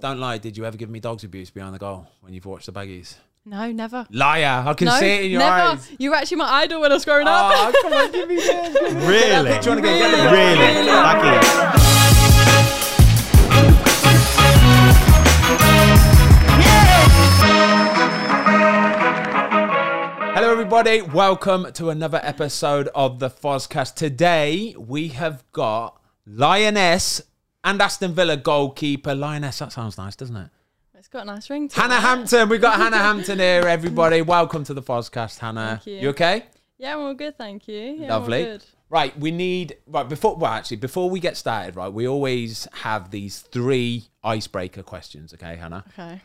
Don't lie. Did you ever give me dogs abuse behind the goal when you've watched the baggies? No, never. Liar! I can no, see it in your never. eyes. You were actually my idol when I was growing up. Oh, come on, give me this. Really? Picture on again. Really? Really? Lucky. Hello, everybody. Welcome to another episode of the Fozcast. Today we have got Lioness and Aston Villa goalkeeper Lioness. That sounds nice, doesn't it? It's got a nice ring to Hannah it. Hampton. We've got Hannah Hampton here, everybody. Welcome to the Fozcast, Hannah. Thank you. okay? Yeah, we're all good, thank you. Yeah, we're all Lovely. good. Right, we need right before well actually before we get started, right, we always have these three icebreaker questions, okay, Hannah? Okay,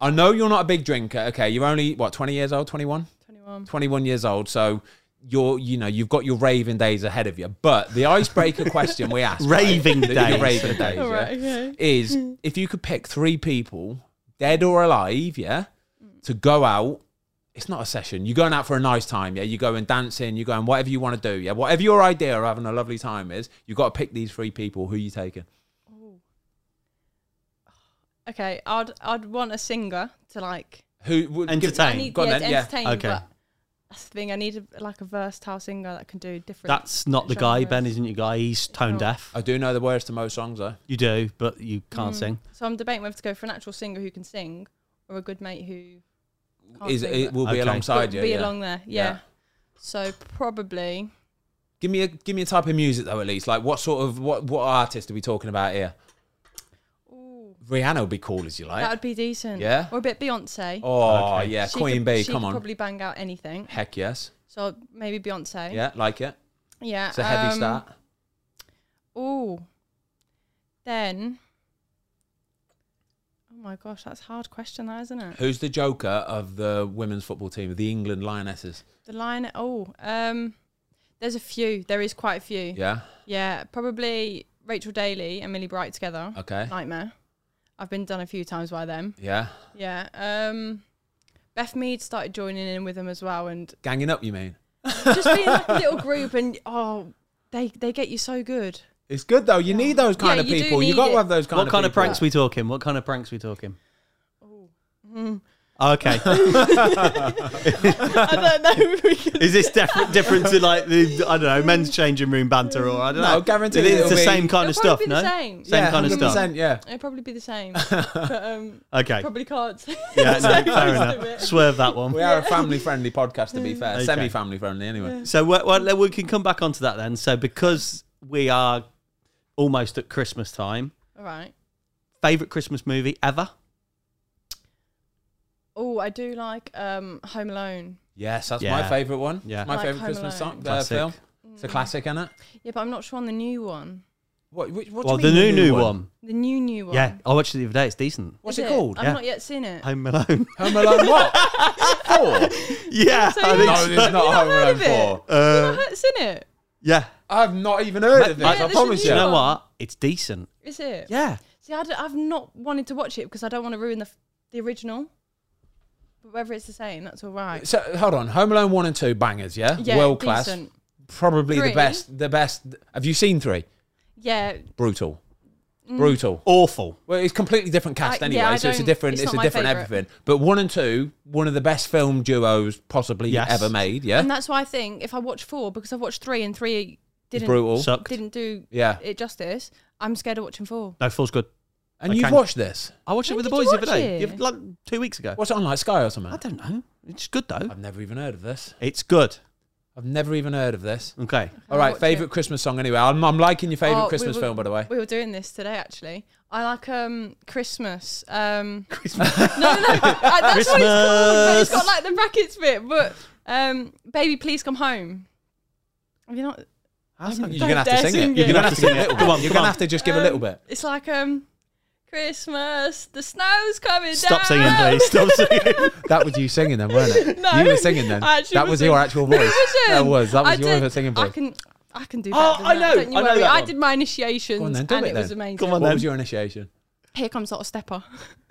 I know you're not a big drinker, okay, you're only what, twenty years old, twenty one? 21. 21 years old, so you're you know, you've got your raving days ahead of you. But the icebreaker question we asked right, Raving the- the days. raving days, All yeah, right, okay. is Hmm. if you could pick three people, dead or alive, yeah, Hmm. to go out. It's not a session. You're going out for a nice time, yeah. You're going dancing. You're going whatever you want to do, yeah. Whatever your idea of having a lovely time is, you've got to pick these three people. Who you taking? Okay, I'd I'd want a singer to like. Who would give- I Entertain. need Go on yeah, then, to yeah. entertain, Okay. but that's the thing. I need a, like a versatile singer that can do different. That's not the guy, genres. Ben, isn't your guy? He's tone No. deaf. I do know the words to most songs though. You do, but you can't sing. Mm. So I'm debating whether to go for an actual singer who can sing or a good mate who Can't Is do it that. will be Okay. alongside will you? be yeah. along there. Yeah. So probably Give me a give me a type of music though, at least. Like what sort of what what artist are we talking about here? Rihanna would be cool as you that like. would be decent. Yeah. Or a bit Beyonce. Oh Okay. yeah, She Queen could- Bee. she Come could on, Probably bang out anything. heck yes. So maybe Beyonce. Yeah, like it. Yeah. It's a heavy um, start. Ooh. Then. Oh my gosh, that's a hard question, that isn't it? Who's the Joker of the women's football team of the England Lionesses? The line. Oh, um, there's a few. There is quite a few. Yeah, Yeah. probably Rachel Daly and Millie Bright together. Okay. Nightmare. I've been done a few times by them. Yeah. Yeah. Um, Beth Mead started joining in with them as well, and Ganging up, you mean? just being like a little group. And oh, they they get you so good. It's good though. You need those kind Yeah, of you do people. You need got to it. have those kind what of kind of people. pranks we talking? What kind of pranks we talking? Mm. Oh, Okay. I don't know. If we can. Is this different, different to like the I don't know men's changing room banter or I don't No, know? guaranteed It is it'll the be- same kind It'll of stuff. probably be No, the same. same yeah, kind of stuff. 100%, Yeah. It'd probably be the same, but um, Okay, probably can't. yeah, no, fair of enough. it. Swerve that one. We are a family friendly podcast, to be fair. Um, Okay. Semi family friendly, anyway. So we well, we can come back onto that then. So because we are almost at Christmas time, All right. favorite Christmas movie ever? Oh, I do like um, Home Alone. Yes, that's my Yeah. favourite one. Yeah. It's my Like favourite Home Christmas Alone. song, uh, Classic. film. It's a classic, isn't it? Yeah, but I'm not sure on the new one. What, which, what do Well, you the mean new new one. The new new one. Yeah, I watched it the other day. It's decent. What's Is it called? I've Yeah. not yet seen it. Home Alone. Home Alone what? Four? yeah, So I you think No, You've so. it's not Home heard Alone of it? four. Uh, I've seen it. yeah. I've not even heard of this, Yeah, I this is promise Do you you. new. know what? It's decent. Is it? Yeah. See, I have not wanted to watch it because I don't want to ruin the f- the original. But whether it's the same, that's all right. So hold on, Home Alone one and two bangers, yeah, Yeah, world class, decent. probably Three. the best. The best. Have you seen three? Yeah, Brutal, brutal. Awful. Well, it's completely different cast Mm. I- anyway, yeah, I so it's a don't- different, it's it's, not a my different favourite. everything. But one and two, one of the best film duos possibly Yes. ever made. Yeah, and that's why I think if I watch four because I've watched three and three didn't brutal. Sucked. didn't do Yeah. it justice. I'm scared of watching four. No, four's good. and I you've can- watched this? I watched When it with the did you boys the other watch day. it? You've- Like two weeks ago. What's it on like Sky or something? I don't know. It's good though. I've never even heard of this. It's good. I've never even heard of this. Okay. All right, watch favorite Christmas song anyway. I'm, I'm liking your favorite Oh, we Christmas were- film by the way. We were doing this today actually. I like um Christmas. Um No, no, no. I, that's what it's called. But it's got Christmas. like the brackets bit, but um Baby Please Come Home. Have you not You're gonna have to dare sing sing it. You're it. gonna have to sing a little bit. Come on, You're come gonna on. have to just give a little bit. It's like um Christmas, the snow's coming down. Stop singing, please. Stop singing. That was you singing then, weren't it? No, you were singing then. I actually That was was singing. your actual voice. That was. That was I your did- singing I voice. can, I can do. Oh, better than I that, know, Don't you I know worry. that I one. did my initiations, Go on then, do and it it, was then. amazing. Come on. What then. was your initiation? Here comes not a stepper.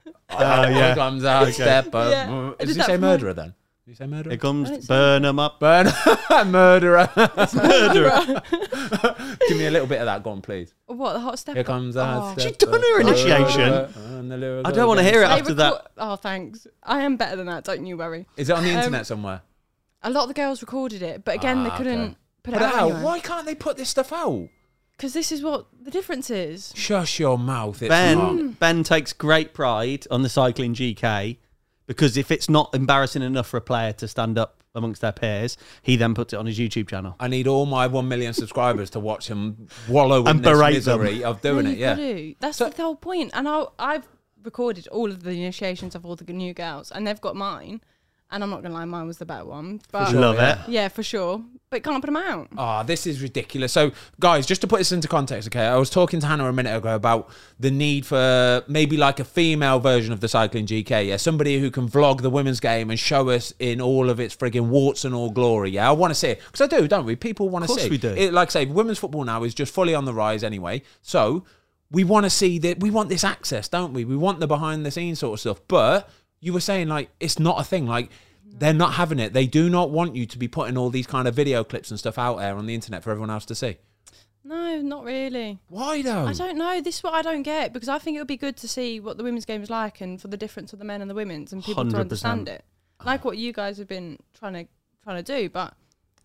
Oh, yeah. Comes out, step up. Yeah, I Is did he that say for my- murderer then? Did you say murderer? Here comes I don't see burn 'em up. Burn murderer. Murderer. Give me a little bit of that, go on, please. what the hot step? Here comes that. Oh. She done her initiation. I don't want to hear it They after that. record- Oh, thanks. I am better than that. Don't you worry. Is it on the Um, internet somewhere? A lot of the girls recorded it, but again, Ah, they couldn't okay. put it But out. how? anywhere. Why can't they put this stuff out? Because this is what the difference is. Shush your mouth. It's not. Ben Ben takes great pride on the cycling GK because if it's not embarrassing enough for a player to stand up amongst their peers, he then puts it on his YouTube channel. I need all my one million subscribers to watch him wallow in And this berate them. misery of doing No, it. you've Yeah. gotta. That's So- the whole point. And I, I've recorded all of the initiations of all the new girls, and they've got mine. And I'm not gonna lie, mine was the better one. But sure. Love yeah. it. yeah, for sure. But can't put them out. Ah, this is ridiculous. So, guys, just to put this into context, okay, I was talking to Hannah a minute ago about the need for maybe like a female version of the cycling GK, yeah, somebody who can vlog the women's game and show us in all of its frigging warts and all glory. Yeah, I want to see it because I do, don't we? People want to course see. we do. It, like I say, women's football now is just fully on the rise anyway. So we want to see that. We want this access, don't we? We want the behind the scenes sort of stuff. But you were saying like it's not a thing. Like they're not having it. They do not want you to be putting all these kind of video clips and stuff out there on the internet for everyone else to see. No, not really. Why though? I don't know. This is what I don't get because I think it would be good to see what the women's game is like and for the difference of the men and the women's and people to 100%. understand it. Like what you guys have been trying to trying to do, but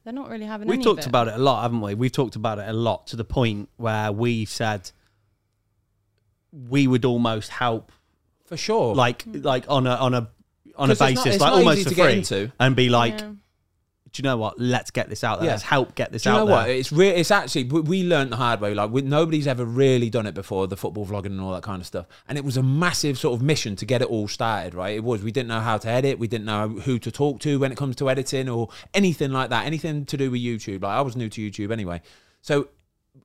they're not really having. We've any talked of it. about it a lot, haven't we? We've talked about it a lot to the point where we've said we would almost help, for sure. like Mm. like on a on a on 'Cause a it's not- basis, it's like not almost easy for to get free, into. and be like, Yeah. do you know what? Let's get this out there. Yeah. Let's help get this Do you know out what? there. It's re- It's actually we, we learned the hard way. Like we, nobody's ever really done it before, the football vlogging and all that kind of stuff. And it was a massive sort of mission to get it all started. Right? It was. We didn't know how to edit. We didn't know who to talk to when it comes to editing or anything like that. Anything to do with YouTube. Like I was new to YouTube anyway, so.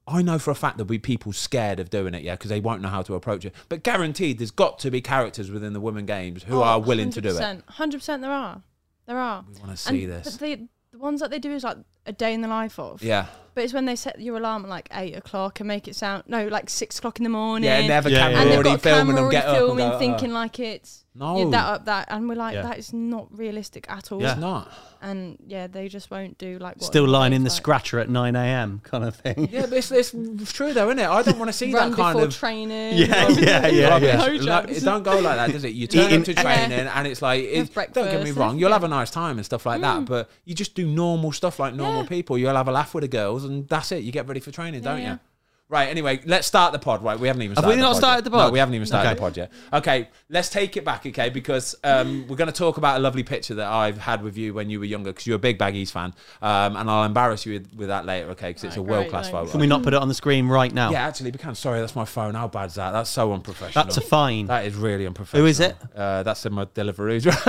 I know for a fact there'll be people scared of doing it, yeah, because they won't know how to approach it. But guaranteed, there's got to be characters within the women games who Oh, are willing to do it. 100%, 100% there are. There are. We want to see And- this, But the, the ones that they do is like a day in the life of. yeah, But it's when they set your alarm at like eight o'clock and make it sound no, like six o'clock in the morning. yeah. And they have a Yeah, camera yeah. and they've already got a filming camera them get already up and filming, go, thinking "Oh." like it's no, you're that up that, and we're like Yeah. that is not realistic at all. it's Yeah. not. And yeah, they just won't do like what Still lying in the like, scratcher at nine a.m. kind of thing. Yeah, but it's, it's true though, isn't it? I don't want to see Run that kind before of training. Yeah, or- yeah, yeah, rubbish. yeah. No Like, jokes. it don't go like that, does it? You turn Eating- up to Yeah. training and it's like, it, Have don't get me breakfast, wrong, you'll have a yeah. nice time and stuff like that, but you just do normal stuff like normal Yeah. people. You'll have a laugh with the girls and that's it. You get ready for training, don't Yeah. you? Right, anyway, let's start the pod, right? We haven't even Have started we the not pod started yet. the pod? No, we haven't even started Okay. the pod yet. Okay, let's take it back, okay? Because um, we're going to talk about a lovely picture that I've had with you when you were younger because you're a big Baggies fan. Um, and I'll embarrass you with, with that later, okay? Because it's a Right, world class great, photo. thanks. Can we not put it on the screen right now? Yeah, actually, we can. Sorry, that's my phone. How bad's that? That's so unprofessional. That's a fine. That is really unprofessional. Who is it? Uh, that's in my delivery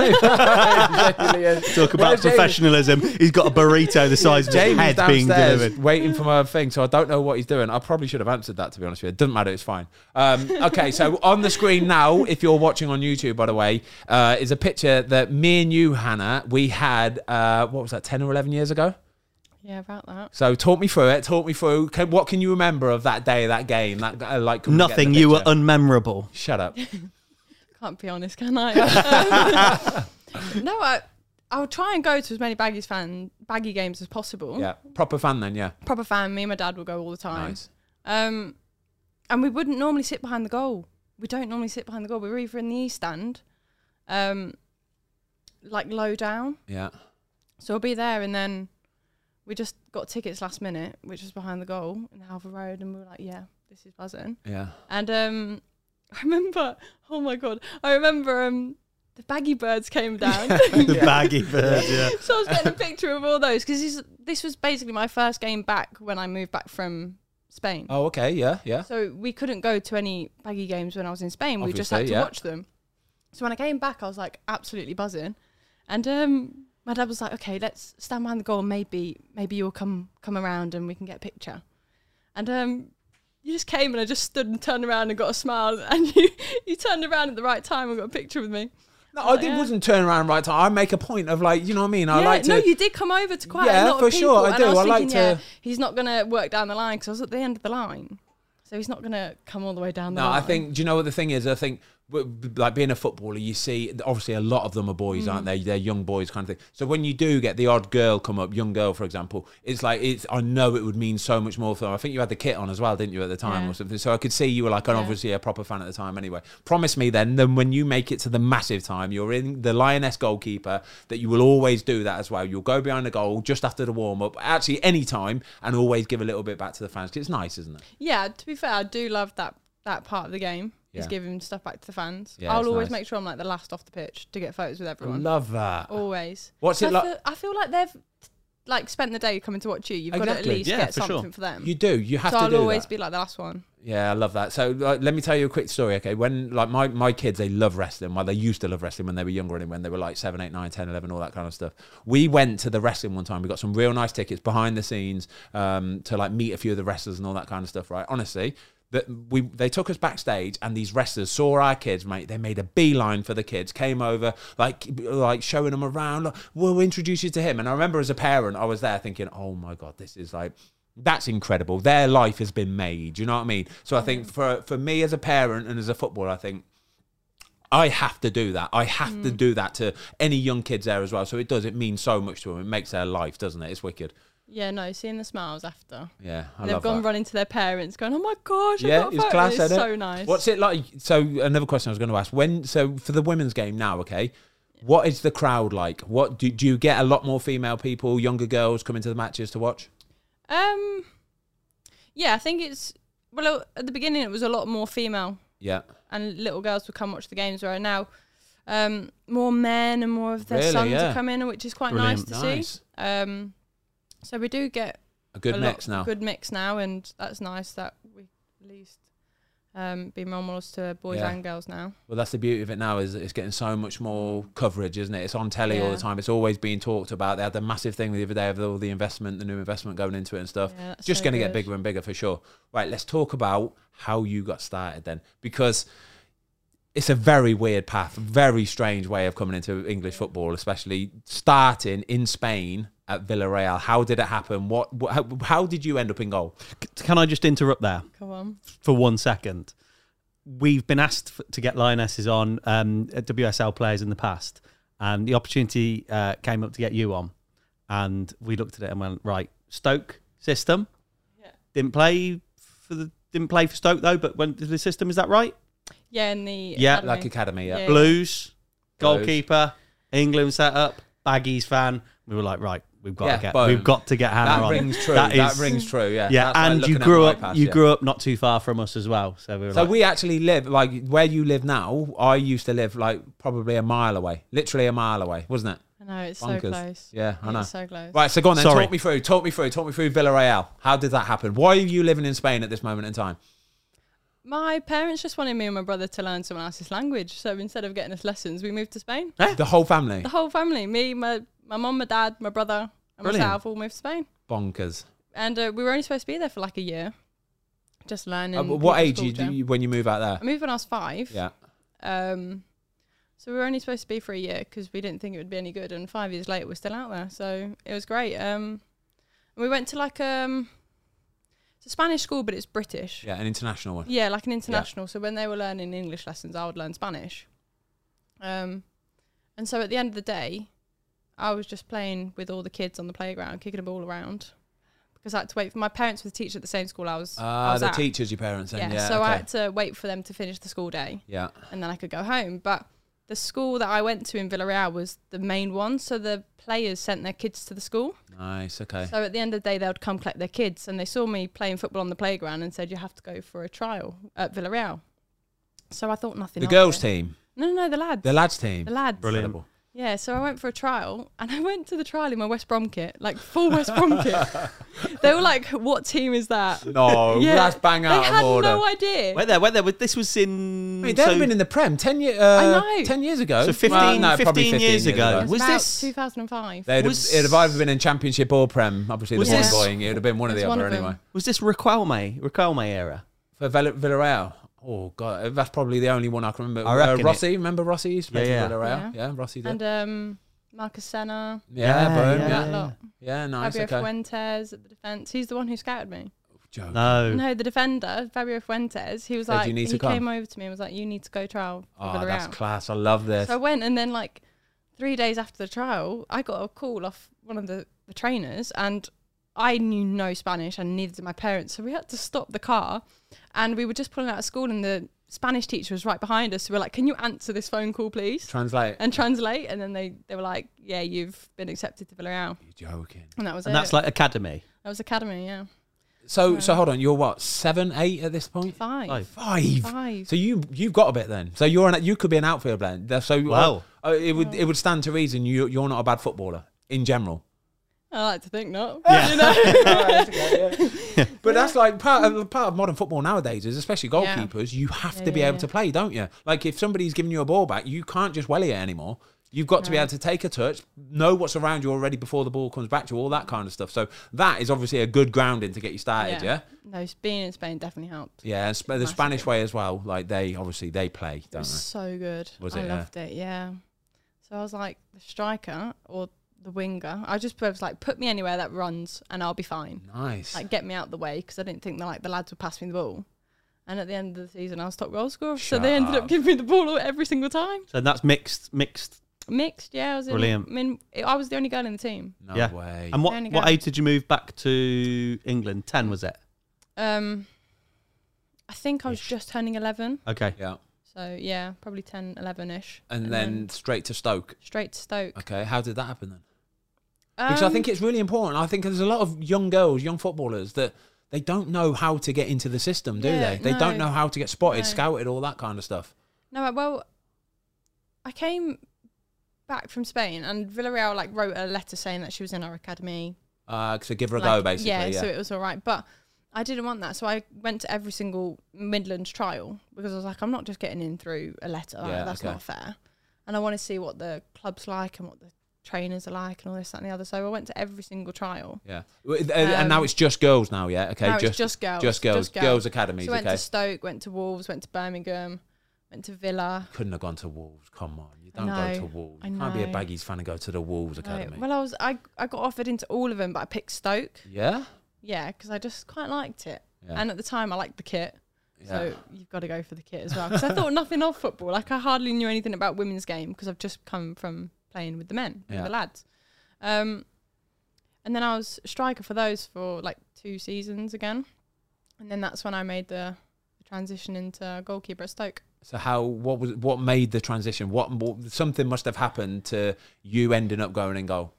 drive. Talk about professionalism. He's got a burrito the size of his Jamie's head being downstairs delivered. waiting for my thing, so I don't know what he's doing. I probably should have answered that, to be honest with you. It doesn't matter, it's fine. Um, okay, so on the screen now, if you're watching on YouTube, by the way, uh, is a picture that me and you, Hannah, we had, uh, what was that, 10 or 11 years ago? Yeah, about that. So talk me through it. Talk me through. Can, what can you remember of that day, that game? That uh, like can we get Nothing. the You were picture? unmemorable. Shut up. Can't be honest, can I? no, I I'll try and go to as many Baggies fan Baggy games as possible. Yeah, proper fan then. Yeah, Proper fan. Me and my dad will go all the time. nice. Um, and we wouldn't normally sit behind the goal. We don't normally sit behind the goal. We were either in the east stand, um, like low down. Yeah, So I'll be there, and then we just got tickets last minute, which was behind the goal in Halver Road, and we were like, "Yeah, this is buzzing." yeah. And um, I remember, oh my god, I remember um, the baggy birds came down. The baggy bird. Yeah. so I was getting a picture of all those because this, this was basically my first game back when I moved back from Spain. Oh, okay. Yeah, yeah. So we couldn't go to any baggy games when I was in Spain. we just had to Obviously, yeah. watch them. So when I came back, I was like absolutely buzzing, and um, my dad was like, "Okay, let's stand behind the goal. Maybe, maybe you'll come come around and we can get a picture." And um, you just came and I just stood and turned around and got a smile, and you you turned around at the right time and got a picture with me. No, I Like, did, yeah. wasn't turn around right time. I make a point of like, you know what I mean. I yeah, like to. no, you did come over to quite Yeah, a lot for of people, sure, I and do. I I was like thinking, to- yeah, he's not gonna work down the line because I was at the end of the line, so he's not gonna come all the way down the no, line. I think. Do you know what the thing is? I think w- like being a footballer, you see obviously a lot of them are boys, Mm. aren't they? They're young boys kind of thing. So when you do get the odd girl come up, young girl for example, it's like it's. I know it would mean so much more for them. I think you had the kit on as well, didn't you, at the time Yeah. or something? So I could see you were like an Yeah. obviously a proper fan at the time. Anyway, promise me then, then when you make it to the massive time, you're in the lioness goalkeeper. That you will always do that as well. You'll go behind the goal just after the warm up, actually any time, and always give a little bit back to the fans. 'Cause It's nice, isn't it? Yeah, to be fair, I do love that that part of the game. Is Yeah. giving stuff back to the fans. Yeah, I'll it's always nice. make sure I'm like the last off the pitch to get photos with everyone. love that. always. What's So it Oh. I like? Feel, I feel like they've like spent the day coming to watch you. You've got to Exactly. at least Yeah, get for sure. something for them. You do. You have so to I'll do always that. be like the last one. Yeah, I love that. So like, let me tell you a quick story, okay? When like my, my kids, they love wrestling. Well, they used to love wrestling when they were younger and when they were like 7, 8, 9, 10, 11, all that kind of stuff. We went to the wrestling one time. We got some real nice tickets behind the scenes um, to like meet a few of the wrestlers and all that kind of stuff, right? Honestly, that we they took us backstage and these wrestlers saw our kids, mate. They made a beeline for the kids, came over, like like showing them around. Like, we'll introduce you to him. And I remember as a parent, I was there thinking, oh my god, this is like that's incredible. Their life has been made. You know what I mean? So I Mm. think for for me as a parent and as a footballer, I think I have to do that. I have to Mm. do that to any young kids there as well. So it does. It means so much to them. It makes their life, doesn't it? It's wicked. Yeah, no, seeing the smiles after. Yeah, I They've love gone that. running to their parents, going, "Oh my gosh, I Yeah, got a it was photo." class, It's innit? so nice. What's it like? So another question I was going to ask: When so for the women's game now? Okay, what is the crowd like? What do, do you get? A lot more female people, younger girls coming to the matches to watch. um, yeah, I think it's well at the beginning it was a lot more female Yeah, and little girls would come watch the games. Where now, um, more men and more of their Really, sons yeah. are coming, which is quite Brilliant. nice to see. Um, so we do get A good a mix lot, now. good mix now, and that's nice that we at least um be role models to boys Yeah. and girls now. Well, that's the beauty of it now is it's getting so much more coverage, isn't it? It's on telly all Yeah. the time. It's always being talked about. They had the massive thing the other day of all the investment, the new investment going into it and stuff. Yeah, that's Just so going to get good. bigger and bigger for sure. Right, let's talk about how you got started then, because it's a very weird path, very strange way of coming into English football, especially starting in Spain at Villarreal. How did it happen? What? what how, how did you end up in goal? C- Can I just interrupt there? Come on, for one second. We've been asked f to get lionesses on um, at WSL players in the past, and the opportunity uh, came up to get you on, and we looked at it and went right Stoke system. Yeah. Didn't play for the didn't play for Stoke though, but went to the system. Is that right? yeah, in the Yeah, academy. Like academy, yeah. Yeah. Blues Blues. goalkeeper, England set up, Baggies fan. We were like right, we've got Yeah, to get boom. we've got to get Hannah That on. rings true. That, That is- rings true. Yeah. Yeah, That's like and you looking at grew my up pass, you yeah. grew up not too far from us as well, so we were So like, we actually live like where you live now. I used to live like probably a mile away, literally a mile away, wasn't it? I know it's so Bonkers. close. Yeah, I know. It's so close. Right, so go on then. Sorry. Talk me through. Talk me through. Talk me through Villarreal. How did that happen? Why are you living in Spain at this moment in time? My parents just wanted me and my brother to learn someone else's language. So instead of getting us lessons, we moved to Spain. The whole family The whole family, me, my my mum, my dad, my brother, and Brilliant. myself, all moved to Spain. bonkers. And uh, we were only supposed to be there for like a year, just learning. Uh, what age people's you, do culture. you when you move out there? I moved when I was five. Yeah, Um, so we were only supposed to be for a year because we didn't think it would be any good. And five years later, we're still out there. So it was great. Um, and we went to like um, it's a Spanish school, but it's British. yeah, an international one. Yeah, like an international. So when they were learning English lessons, I would learn Spanish. Um, and so at the end of the day, I was just playing with all the kids on the playground, kicking a ball around, because I had to wait for my parents were the teacher at the same school I was. I Ah, was the at. teachers, your parents, Yeah, then. Yeah, so okay. I had to wait for them to finish the school day, yeah, and then I could go home. But the school that I went to in Villarreal was the main one, so the players sent their kids to the school. nice. Okay, So at the end of the day, they would come collect their kids, and they saw me playing football on the playground and said, "You have to go for a trial at Villarreal." So I thought nothing. the of girls' it. team, No, no, no, the lads. the lads' team. The lads. Brilliant. Incredible. Yeah, so I went for a trial, and I went to the trial in my West Brom kit, like full West Brom kit. They were like, "What team is that?" No, Yeah, that's bang They out had of order. no idea. Wait there, wait there. This was in. I mean, they've so- been in the Prem ten year, uh, I know. ten years ago. So 15 probably 15 years ago. It was about this- 2005? They'd Was- have, it'd have either been in Championship or Prem. Obviously, the Was one this- going, it'd have been one of It's the one other of them. anyway. Was this Raquelme? Raquelme era? For Vill- Villarreal, oh god, that's probably the only one I can remember. Uh, I reckon it- Rossi, remember Rossi? He played Yeah, for yeah. Villarreal. Yeah. Yeah, Rossi did. And um, Marcus Senna, yeah, Yeah, boom, yeah, yeah, that yeah, lot. nice. Fabio Okay. Fuentes at the defence. He's the one who scouted me. Joe. No. No, the defender, Fabio Fuentes, he was Said, like, "You need to he come." came over to me and was like, you need to go trial for oh, the that's round. class. I love this. So I went, and then like three days after the trial, I got a call off one of the, the trainers, and I knew no Spanish, and neither did my parents. So we had to stop the car, and we were just pulling out of school, and the Spanish teacher was right behind us. So we are like, "Can you answer this phone call, please?" Translate. And translate, and then they, they were like, "Yeah, you've been accepted to Villarreal," You're joking. and that was And it. that's like academy. that was academy, yeah. So Right. so hold on. You're what seven, eight at this point? Five, Five. Five. Five. So you you've got a bit then. So you're an you could be an outfield player. That's- So Wow. uh, uh, it would it would stand to reason you you're not a bad footballer in general. I like to think not. Yeah. You know? But that's like part of, part of modern football nowadays is especially Yeah. goalkeepers. You have Yeah, to be yeah, able yeah. to play, don't you? Like if somebody's giving you a ball back, you can't just welly it anymore. You've got to be No. able to take a touch, know what's around you already before the ball comes back to you, all that kind of stuff. So that is obviously a good grounding to get you started. Yeah. No, being in Spain definitely helped. Yeah, and sp- the Massive. Spanish way as well. Like they obviously they play, It don't was so good. Was I it, yeah? loved it, yeah. So I was like the striker or the winger. I just was like, put me anywhere that runs and I'll be fine. they? Nice. Like get me out of the way because I didn't think that like the lads would pass me the ball. And at the end of the season, I was top goal scorer, so they Shut ended up. up giving me the ball every single time. So that's mixed mixed. Mixed, yeah. I was in, Brilliant. I mean, I was the only girl in the team. no yeah. way. And what Only what got- age did you move back to England? Ten was it? Um, I think I was Ish. just turning eleven, Okay. yeah. so yeah, probably 10, 11 ish. And, then, straight to Stoke. straight to Stoke. Okay, how did that happen then? Uh, Because I Um, think it's really important. I think there's a lot of young girls, young footballers that they don't know how to get into the system, do Yeah, they? They don't no. know how to get spotted, No. scouted, all that kind of stuff. No, I- well, I came back from Spain and Villarreal like wrote a letter saying that she was in our academy. Uh, so give her a Like, go, basically. Yeah. so it was all right, but I didn't want that, so I went to every single Midlands trial because I was like, I'm not just getting in through a letter. like, Yeah, that's okay. not fair. And I want to see what the club's like and what the trainers are like and all this that and the other. So I went to every single trial. yeah. W- th- And now Um, it's just girls now, yeah. Okay, now it's just, just girls, just girls, girls, academies. So I went okay, to Stoke, went to Wolves, went to Birmingham, went to Villa. couldn't have gone to Wolves. Come on, you I don't go know, to Wolves. I You can't be a know. baggies fan and go to the Wolves No, academy. Well, I was I, I got offered into all of them, but I picked Stoke. yeah, Yeah, because I just quite liked it. yeah. And at the time, I liked the kit. yeah. So you've got to go for the kit as well. Because I thought nothing of football. Like I hardly knew anything about women's game because I've just come from playing with the men, with Yeah. the lads. Um, and then I was striker for those for like two seasons again, and then that's when I made the, the transition into goalkeeper at Stoke. So how what was what made the transition? What, what something must have happened to you ending up going in goal?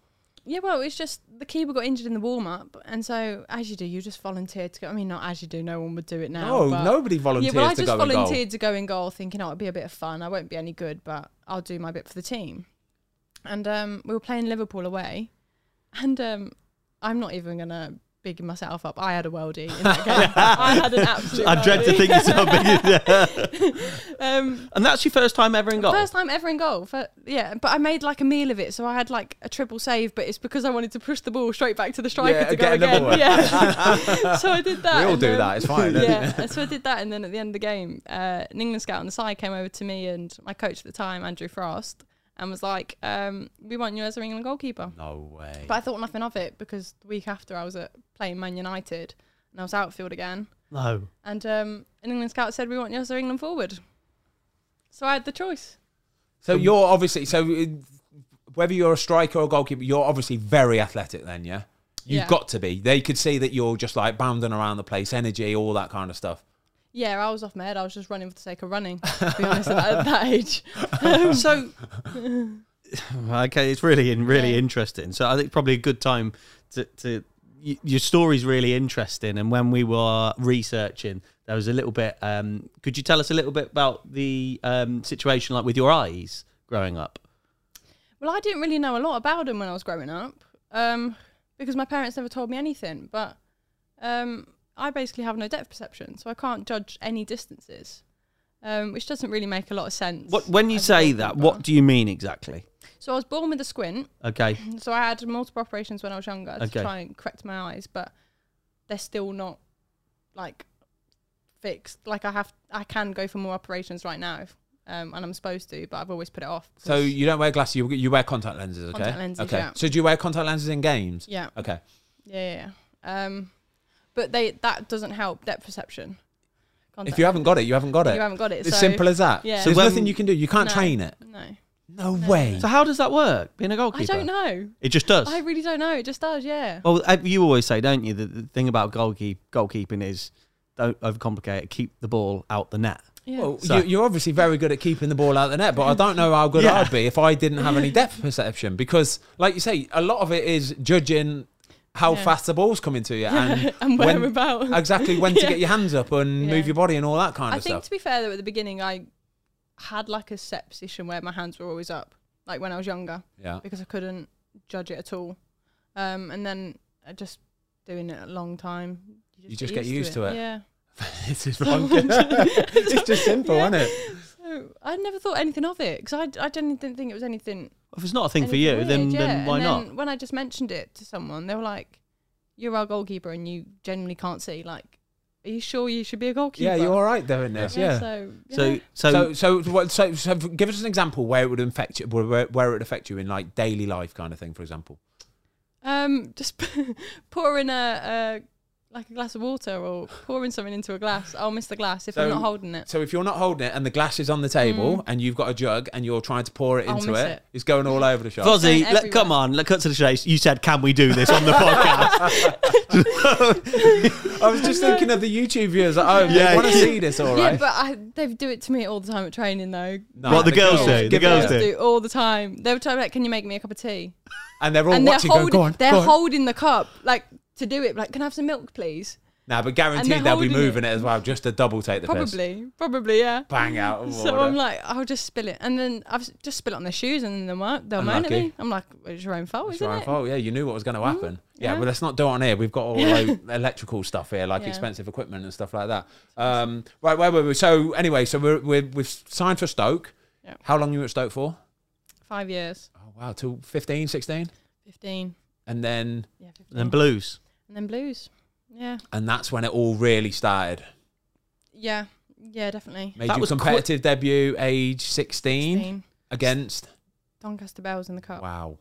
Yeah, well, it's just the keeper got injured in the warm up, and so as you do, you just volunteer to go. I mean, not as you do, no one would do it now. No, but- Oh, nobody Yeah, volunteers well, I to just go in goal. volunteered to go in goal, thinking, oh, it'd be a bit of fun. I won't be any good, but I'll do my bit for the team. And um, we were playing Liverpool away, and um, I'm not even gonna big myself up. I had a worldie in that game. I had an absolute. I dread to worldie. think it's so big. Um, and that's your first time ever in goal. First time ever in goal. For, yeah, but I made like a meal of it. So I had like a triple save, but it's because I wanted to push the ball straight back to the striker Yeah, to get go another again. one. Yeah. so I did that. we all and do then- that. It's fine. isn't it? yeah, and so I did that, and then at the end of the game, uh, an England scout on the side came over to me and my coach at the time, Andrew Frost, and was like, um, "We want you as our England goalkeeper." No way. But I thought nothing of it because the week after I was at playing Man United and I was outfield again, no. and um, an England scout said, "We want you as our England forward." So I had the choice. so you're obviously so uh, whether you're a striker or goalkeeper, you're obviously very athletic. Then yeah, you've Yeah. got to be. They could see that you're just like bounding around the place, energy, all that kind of stuff. Yeah, I was off my head. I was just running for the sake of running. To be honest, at that age, Um, so okay it's really in really Yeah. interesting so i think probably a good time to, to y- your story's really interesting and when we were researching there was a little bit um could you tell us a little bit about the um situation like with your eyes growing up Well, I didn't really know a lot about them when I was growing up um, because my parents never told me anything. But um, I basically have no depth perception, so I can't judge any distances, um, which doesn't really make a lot of sense. what when you as a say that what goalkeeper. do you mean exactly So I was born with a squint, okay so I had multiple operations when I was younger Okay. to try and correct my eyes, but they're still not like fixed. Like I have, I can go for more operations right now, if, um, and I'm supposed to, but I've always put it off. So 'cause- you don't wear glasses. You, you wear contact lenses. Okay. Contact lenses, okay. yeah. So do you wear contact lenses in games? yeah. Okay. Yeah, yeah, yeah. Um, But they that doesn't help depth perception. If you haven't got it, you haven't got you it. haven't got it, It's so- simple as that. yeah. So There's when- nothing you can do. You can't No. train it. no, No, way. So how does that work? Being a I goalkeeper? don't know. It just does. I really don't know. It just does, yeah. Well, uh, you always say, don't you, that the thing about goalkeep, goalkeeping is don't overcomplicate it. Keep the ball out the net. yeah. Well, So- you, you're obviously very good at keeping the ball out of the net, but I don't know how good Yeah. I'd be if I didn't have any depth perception. Because, like you say, a lot of it is judging how Yeah. fast the ball's coming to you and, and when- whereabout. exactly when to Yeah. get your hands up and Yeah. move your body and all that kind I of think stuff. to be fair though, at the beginning I had like a set position where my hands were always up, like when I was younger, Yeah. because I couldn't judge it at all. Um, and then I just doing it a long time. You just get used to it. Yeah. this is wrong. it's just simple, Yeah. isn't it? So I never thought anything of it because I, I didn't didn't think it was anything. If it's not a thing for anything you, weird, then, yeah. then why and not? Then when I just mentioned it to someone, they were like, "You're our goalkeeper, and you generally can't see. Like, are you sure you should be a goalkeeper?" Yeah, you're all right doing this. Yeah, Yeah. So, So, yeah. so, So, so, what so, so, give us an example where it would affect you, where, where it would affect you in like daily life kind of thing, for example. um, just pour in a, a like a glass of water or pouring something into a glass. I'll miss the glass if I'm So- not holding it. So if you're not holding it and the glass is on the table and you've got a jug and you're trying to pour it Mm. I'll into miss it, it. it's going all over the shop. Fozzie, Going let, come everywhere. on, let cut to the chase. You said, can we do this on the podcast? I was just thinking of the YouTube viewers at home. Yeah. they want to Yeah. see this, all Yeah, right? but I, they do it to me all the time at training though. No, What the girls do, the give it girls up. do. do all the time. They were trying like, "Can you make me a cup of tea?" and they're all and they're watching. holding, going, go on, they're go on. holding the cup like to do it. Like, can I have some milk, please? nah, but and they're guaranteed they'll be holding moving it. as well, just to double take the piss. Probably, probably, yeah. Bang out. Of So order. I'm like, I'll just spill it, and then I've s- just spill it on their shoes, and then they'll, mo- they'll moan at Unlucky. me. I'm like, well, it's your own fault, It's isn't your own "Oh, it? Mm-hmm. fault. Yeah, you knew what was going to happen. Yeah, yeah. well, let's not do it on here. We've got all like, electrical stuff here, like Yeah. expensive equipment and stuff like that. Um, right, where were we? So anyway, so we're, we're we've signed for Stoke. Yeah. How long you were at Stoke for? Five years, Oh wow, till 15, 16? fifteen, and then yeah, 15. and blues. and then blues, yeah, and that's when it all really started. yeah, yeah, definitely. Made That your was quick. competitive debut age 16, 15. against Doncaster Bells in the cup. wow,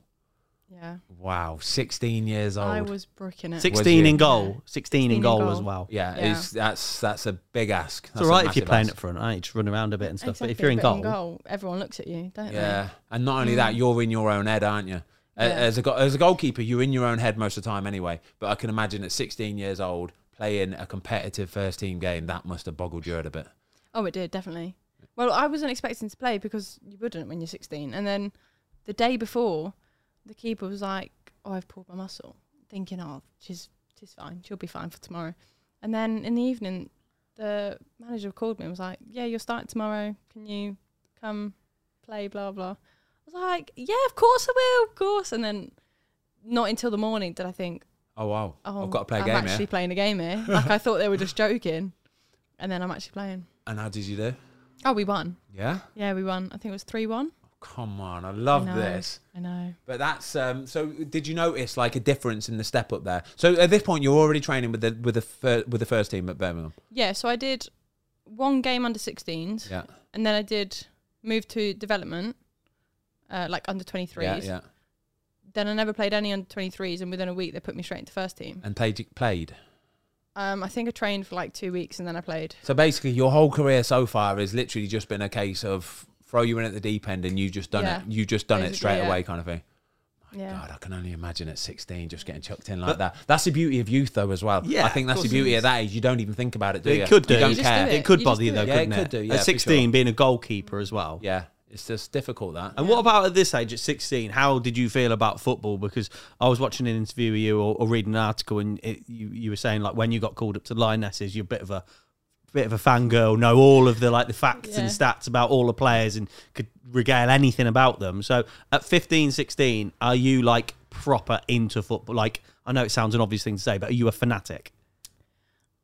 Yeah, wow, 16 years old. I was bricking it. 16 you? in goal. Yeah. 16 in 16 goal, in as goal. well. yeah, Yeah. It's, that's that's a big ask. It's That's a all right if you're massive playing ask. up front, right? Just run around a bit and stuff. But if Exactly, you're in but goal, everyone looks at you, don't they? Yeah, and not only that, you're in your own head, aren't you? A- Mm. Yeah. As a go- as a goalkeeper, you're in your own head most of the time anyway. But I can imagine at 16 years old playing a competitive first team game that must have boggled your head a bit. Oh, it did definitely. Well, I wasn't expecting to play because you wouldn't when you're 16. And then the day before, the keeper was like, "Oh, I've pulled my muscle," thinking, "Oh, she's she's fine. She'll be fine for tomorrow." And then in the evening, the manager called me and was like, "Yeah, you're starting tomorrow. Can you come play?" Blah blah. I was like, "Yeah, of course I will, of course." And then not until the morning did I think, Oh wow, "Oh, I've got to play a I'm game actually here. playing a game here." like I thought they were just joking, and then I'm actually playing. And how did you do? Oh, we won. Yeah, Yeah, we won. I think it was 3 1. come on, I love know. this. I know. But that's um, so. Did you notice like a difference in the step up there? So at this point, you're already training with the with the fir- with the first team at Birmingham. Yeah, so I did one game under 16s Yeah, and then I did move to development, uh, like under 23s. yeah, yeah. Then I never played any under 23s and within a week they put me straight into first team. And played played. Um, I think I trained for like two weeks and then I played. So basically, your whole career so far has literally just been a case of throw you in at the deep end, and you just done Yeah. it. You just done it Basically, straight yeah. away, kind of thing. yeah. God, I can only imagine at 16 just getting chucked in like that. That's the beauty of youth, though, as well. Yeah, I think of that's the course it beauty is. of that age. You don't even think about it, do It you? could do. You don't You just care. do it could You just bother you, do though, it. Yeah, couldn't it it? could do, yeah, for At 16, being a goalkeeper as well. Yeah, it's just difficult that. And what about at this age, at 16? How did you feel about football? Because I was watching an interview with you or, or reading an article, and it, you, you were saying like when you got called up to Lionesses, you're a bit of a bit of a fangirl, know all of the like the facts and Yeah. stats about all the players, and could regale anything about them. So at 15, 16, are you like proper into football? Like I know it sounds an obvious thing to say, but are you a fanatic?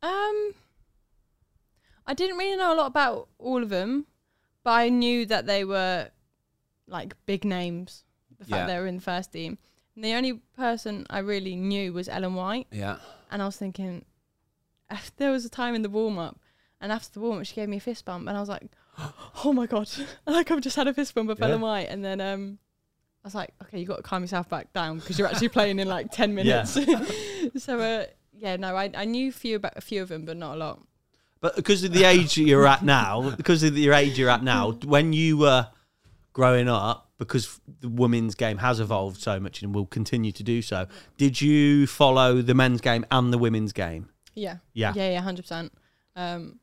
Um, I didn't really know a lot about all of them, but I knew that they were like big names. The fact Yeah. they were in the first team. And the only person I really knew was Ellen White, Yeah. and I was thinking, there was a time in the warm up, and after the warm up, she gave me a fist bump, and I was like, oh my god, like I've just had a fist bump with Yeah. Ellen White, and then um. I was like, okay, you got to calm yourself back down because you're actually playing in like 10 Yeah. minutes. so, uh, yeah, no, I, I knew few about a few of them, but not a lot. But because of the age you're at now, because of your age you're at now, when you were growing up, because the women's game has evolved so much and will continue to do so, did you follow the men's game and the women's game? Yeah. Yeah. Yeah, yeah, hundred percent. Um,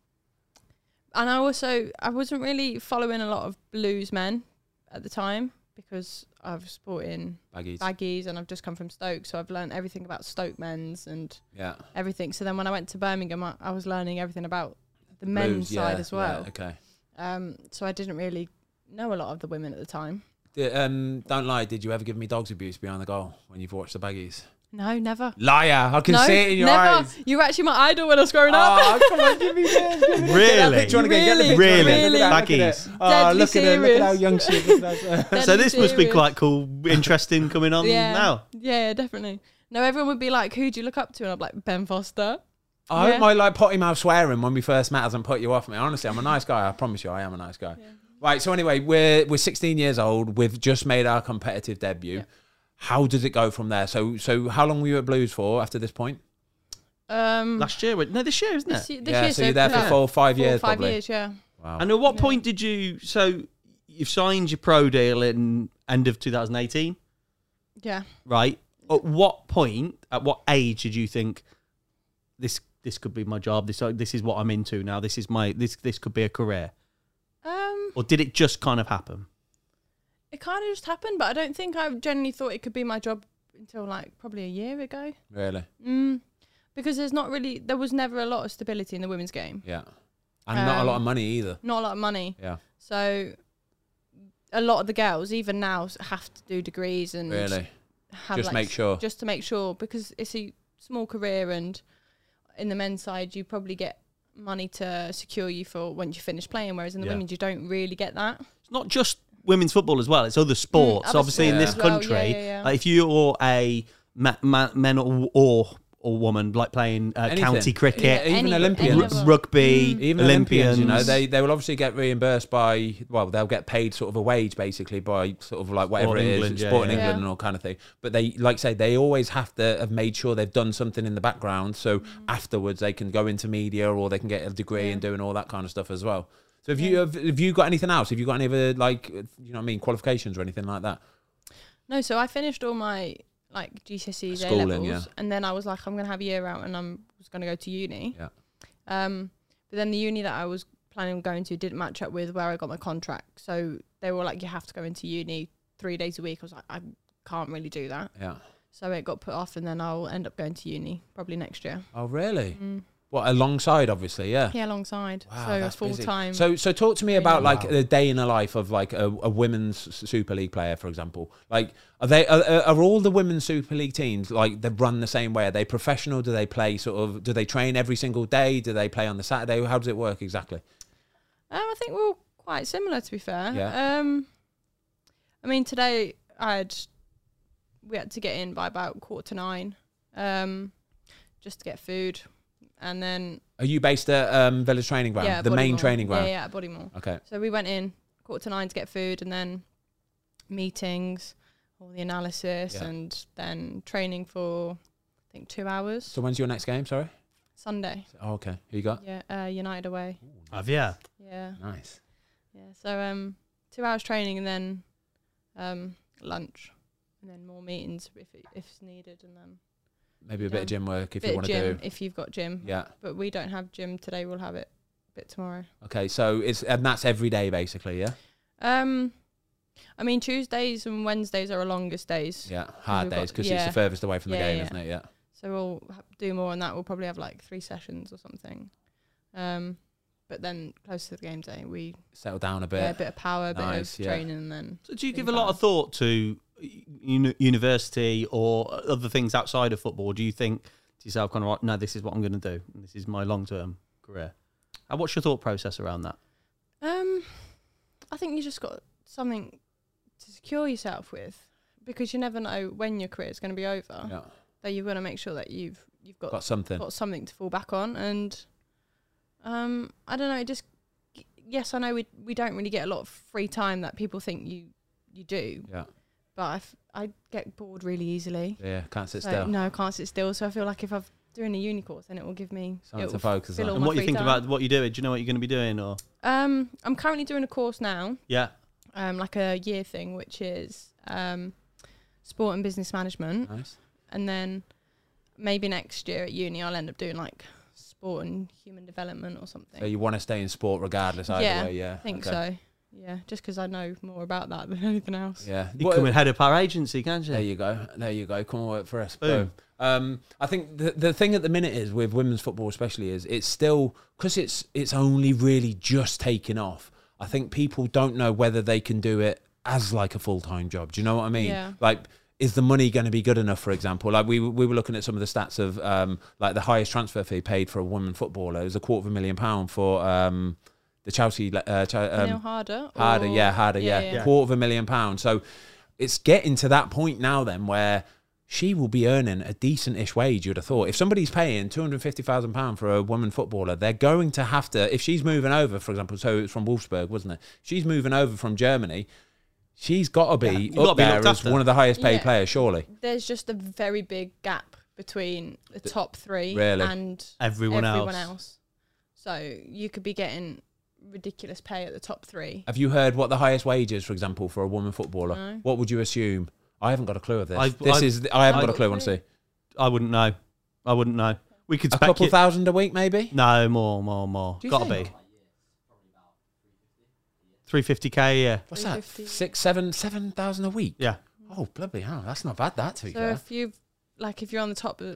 and I also I wasn't really following a lot of blues men at the time because I was sporting Baggies. baggies and I've just come from Stoke, so I've learned everything about Stoke men's and yeah. everything. So then when I went to Birmingham, I, I was learning everything about the Blues, men's side yeah, as well. yeah, okay. Um, so I didn't really know a lot of the women at the time. D- um, don't lie. Did you ever give me dogs abuse behind the goal when you've watched the baggies? No, never. Liar! I can no, see it in your never. eyes. You were actually my idol when I was growing up. Oh, come on, give me this. Give me this. Get that Really? picture on again. Get the Really? picture on again. Really? Look at that, Baggies. Look at that. Oh, Deadly look at her. Look at how serious. young she is. Look at that. So Deadly this must be serious. quite cool, interesting coming on yeah. now. Yeah, definitely. No, everyone would be like, "Who do you look up to?" And I'm like, "Ben Foster." I Yeah. hope my like potty mouth swearing when we first met hasn't put you off me. Honestly, I'm a nice guy. I promise you, I am a nice guy. Right. So anyway, we're we're 16 years old. We've just made our competitive debut. Yeah. How does it go from there? So so how long were you at Blues for after this point? Um, Last year, no, this year, isn't this, it? y- this yeah. year, so you're there for yeah, four or five four or years. five probably. years, yeah. Wow. And at what Yeah. point did you? So you've signed your pro deal in end of 2018, Yeah. right? At what point? At what age did you think this this could be my job? This uh, this is what I'm into now. This is my this this could be a career. Um, Or did it just kind of happen? it kind of just happened, but I don't think I generally thought it could be my job until like probably a year ago. really? Mm, because there's not really, there was never a lot of stability in the women's game. Yeah. And not a Um, lot of money either. Not a lot of money, Yeah. so a lot of the girls, even now, s- have to do degrees and Really. have Just like, make s- sure. just to make sure because it's a small career and in the men's side you probably get money to secure you for when you finish playing whereas in the Yeah. women's you don't really get that It's not just women's football as well. It's other sports. other Obviously, in this sports as well, country, Mm, yeah, yeah, yeah. like, if you're a ma- ma- men or or, or woman like playing uh, Anything. county cricket, Yeah, even Any- Olympians. any r- of them. rugby, Mm. Even Olympians, you know, they they will obviously get reimbursed by well, they'll get paid sort of a wage basically by sort of like whatever Sport it is, England, yeah, Sport in yeah. England Yeah. and all kind of thing. But they, like I say, they always have to have made sure they've done something in the background, so Mm. afterwards they can go into media or they can get a degree Yeah. and doing all that kind of stuff as well. So have you have, have you got anything else? Have you got any other like you know what I mean qualifications or anything like that? no so i finished all my like gcse's E a Schooling, levels yeah. and and then i was like i'm gonna have a year out and i'm was gonna go to uni Yeah. um but then the uni that i was planning on going to didn't match up with where i got my contract so they were like you have to go into uni three days a week i was like i can't really do that Yeah. so it got put off and then i'll end up going to uni probably next year Oh really? Mm. What alongside obviously, yeah. Yeah, alongside. Wow, so that's full busy. time. So, so talk to me training. about like Wow. the day in the life of like a, a women's S- Super League player, for example. Like, are they are, are all the women's Super League teams like they run the same way? Are they professional? Do they play sort of? Do they train every single day? Do they play on the Saturday? How does it work exactly? um, I think we're all quite similar to be fair. Yeah. Um I mean today I had we had to get in by about quarter to nine. Um just to get food. And then Are you based at um, Village Training Ground, yeah, the main Bodymore. training ground? Yeah, yeah, Bodymore. Okay, So we went in quarter to nine to get food and then meetings, all the analysis Yeah. and then training for I think two hours. so when's your next game? Sorry. Sunday. Oh, okay, who you got? Yeah, uh, United away. have yeah. Yeah. Nice. Yeah, so um, two hours training and then um, lunch, and then more meetings if it, if it's needed, and then Maybe a bit of gym work if bit you of want to gym do. if you've got gym. Yeah. But we don't have gym today. We'll have it a bit tomorrow. Okay. So it's and that's every day basically. Yeah. Um, I mean Tuesdays and Wednesdays are our longest days, Yeah. Hard we've got- days because it's yeah. the furthest away from the Yeah, game, yeah. isn't it? Yeah. so we'll ha- do more on that. We'll probably have like three sessions or something. Um, but then close to the game day, we Settle down a bit. yeah, a bit of power, a bit Nice, of yeah. training, and then So do you Think give a lot about of thought to uni- university or other things outside of football? Do you think to yourself, kind of, like, no, this is what I'm going to do. and This is my long term career. And what's your thought process around that? Um, I think you just got something to secure yourself with because you never know when your career is going to be over. Yeah. That you've got to make sure that you've you've got Got something. got something to fall back on, and um, I don't know. It just yes, I know we we don't really get a lot of free time that people think you you do, Yeah. but I f- I get bored really easily. Yeah, can't sit So, still. no, I can't sit still. So I feel like if I've doing a uni course, and it will give me. Something it to will focus fill on. all And my what you free think time. about what you're doing? Do you know what you're going to be doing? Or Um, I'm currently doing a course now, yeah, um, like a year thing, which is um, sport and business management, Nice. and then maybe next year at uni I'll end up doing like sport and human development or something. So you want to stay in sport regardless either Yeah, way, yeah. I think Okay. so. Yeah, just because I know more about that than anything else. Yeah. you What- can head up our agency, can't you? There you go. There you go. Come and work for us. Boom. Boom. Um, I think the, the thing at the minute is with women's football, especially, is it's still because it's it's only really just taking off. I think people don't know whether they can do it as like a full time job. Do you know what I mean? Yeah. Like, is the money going to be good enough? For example, like we we were looking at some of the stats of um, like the highest transfer fee paid for a woman footballer is a quarter of a million pound for um, the Chelsea. Uh, Ch- Neil um, Harder. harder, or- Oh, yeah, harder, yeah, yeah. quarter of a million pounds. So it's getting to that point now then where she will be earning a decent-ish wage. You'd have thought if somebody's paying two hundred fifty thousand pound for a woman footballer, they're going to have to. If she's moving over, for example, so it's from Wolfsburg, wasn't it? She's moving over from Germany. She's got to Yeah, be you've up gotta be there looked as after. one of the highest-paid Yeah. players, surely. There's just a very big gap between the top three Really? and Everyone, everyone else. else. So you could be getting ridiculous pay at the top three. Have you heard what the highest wage is, for example, for a woman footballer? Mm. No. What would you assume? I haven't got a clue of this. I've- this I've- is I haven't I've- got a clue. Want to see I wouldn't know. I wouldn't know. We could a spec couple it. thousand a week, maybe? No, more, more, more. Do you Gotta think? be. Three fifty k a year. What's that? 350. Six, seven, seven thousand a week. Yeah. Oh bloody hell, that's not bad. That to be So fair. if you like, if you're on the top, uh,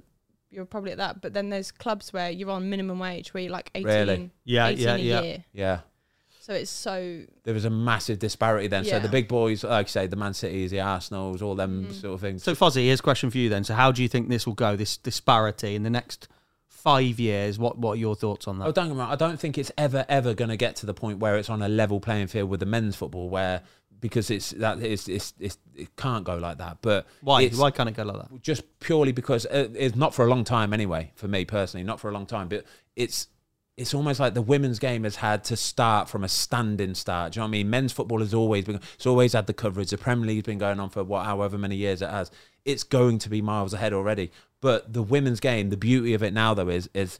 you're probably at that. But then there's clubs where you're on minimum wage, where you're like 18, Really? Yeah, 18 yeah, a yeah. year. Yeah, So it's so there was a massive disparity then. So Yeah. Mm-hmm. the big boys, like I say, the Man Cities, the Arsenals, all them sort of things. So Fozzie, here's a question for you then. So how do you think this will go? This disparity in the next five years? What What are your thoughts on that? Oh, don't get me wrong. I don't think it's ever, ever going to get to the point where it's on a level playing field with the men's football, where because it's that it's, it's, it's it can't go like that. But Why it's- Why can't it go like that? just purely because uh, it's not for a long time anyway for me personally not for a long time but it's it's almost like the women's game has had to start from a standing start. Do you know what I mean? Men's football has always been, it's always had the coverage. The Premier League's been going on for what, however many years it has. It's going to be miles ahead already. But the women's game, the beauty of it now though is, is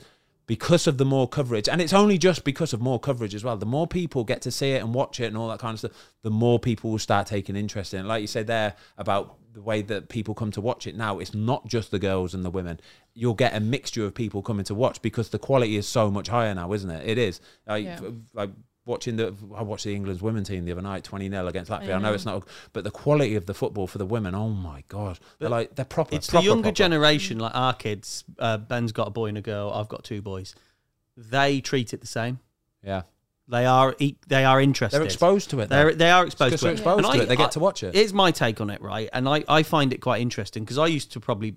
because of the more coverage, and it's only just because of more coverage as well. The more people get to see it and watch it and all that kind of stuff, the more people will start taking interest in it. Like you said there about the way that people come to watch it now, it's not just the girls and the women. You'll get a mixture of people coming to watch because the quality is so much higher now, isn't it? It is. Like, Yeah. like watching the, I watched the England's women team the other night, 20 0 against Latvia. I know. know. it's not, but the quality of the football for the women, oh my God. They're like, they're proper. It's the proper, younger proper. generation, like our kids. Uh, Ben's got a boy and a girl. I've got two boys. They treat it the same. Yeah. They are e- they are interested. They're exposed to it. though. They're they are exposed Because to they're it. exposed And to I- it. They I- get to watch it. Here's my take on it, right? And I, I find it quite interesting because I used to probably,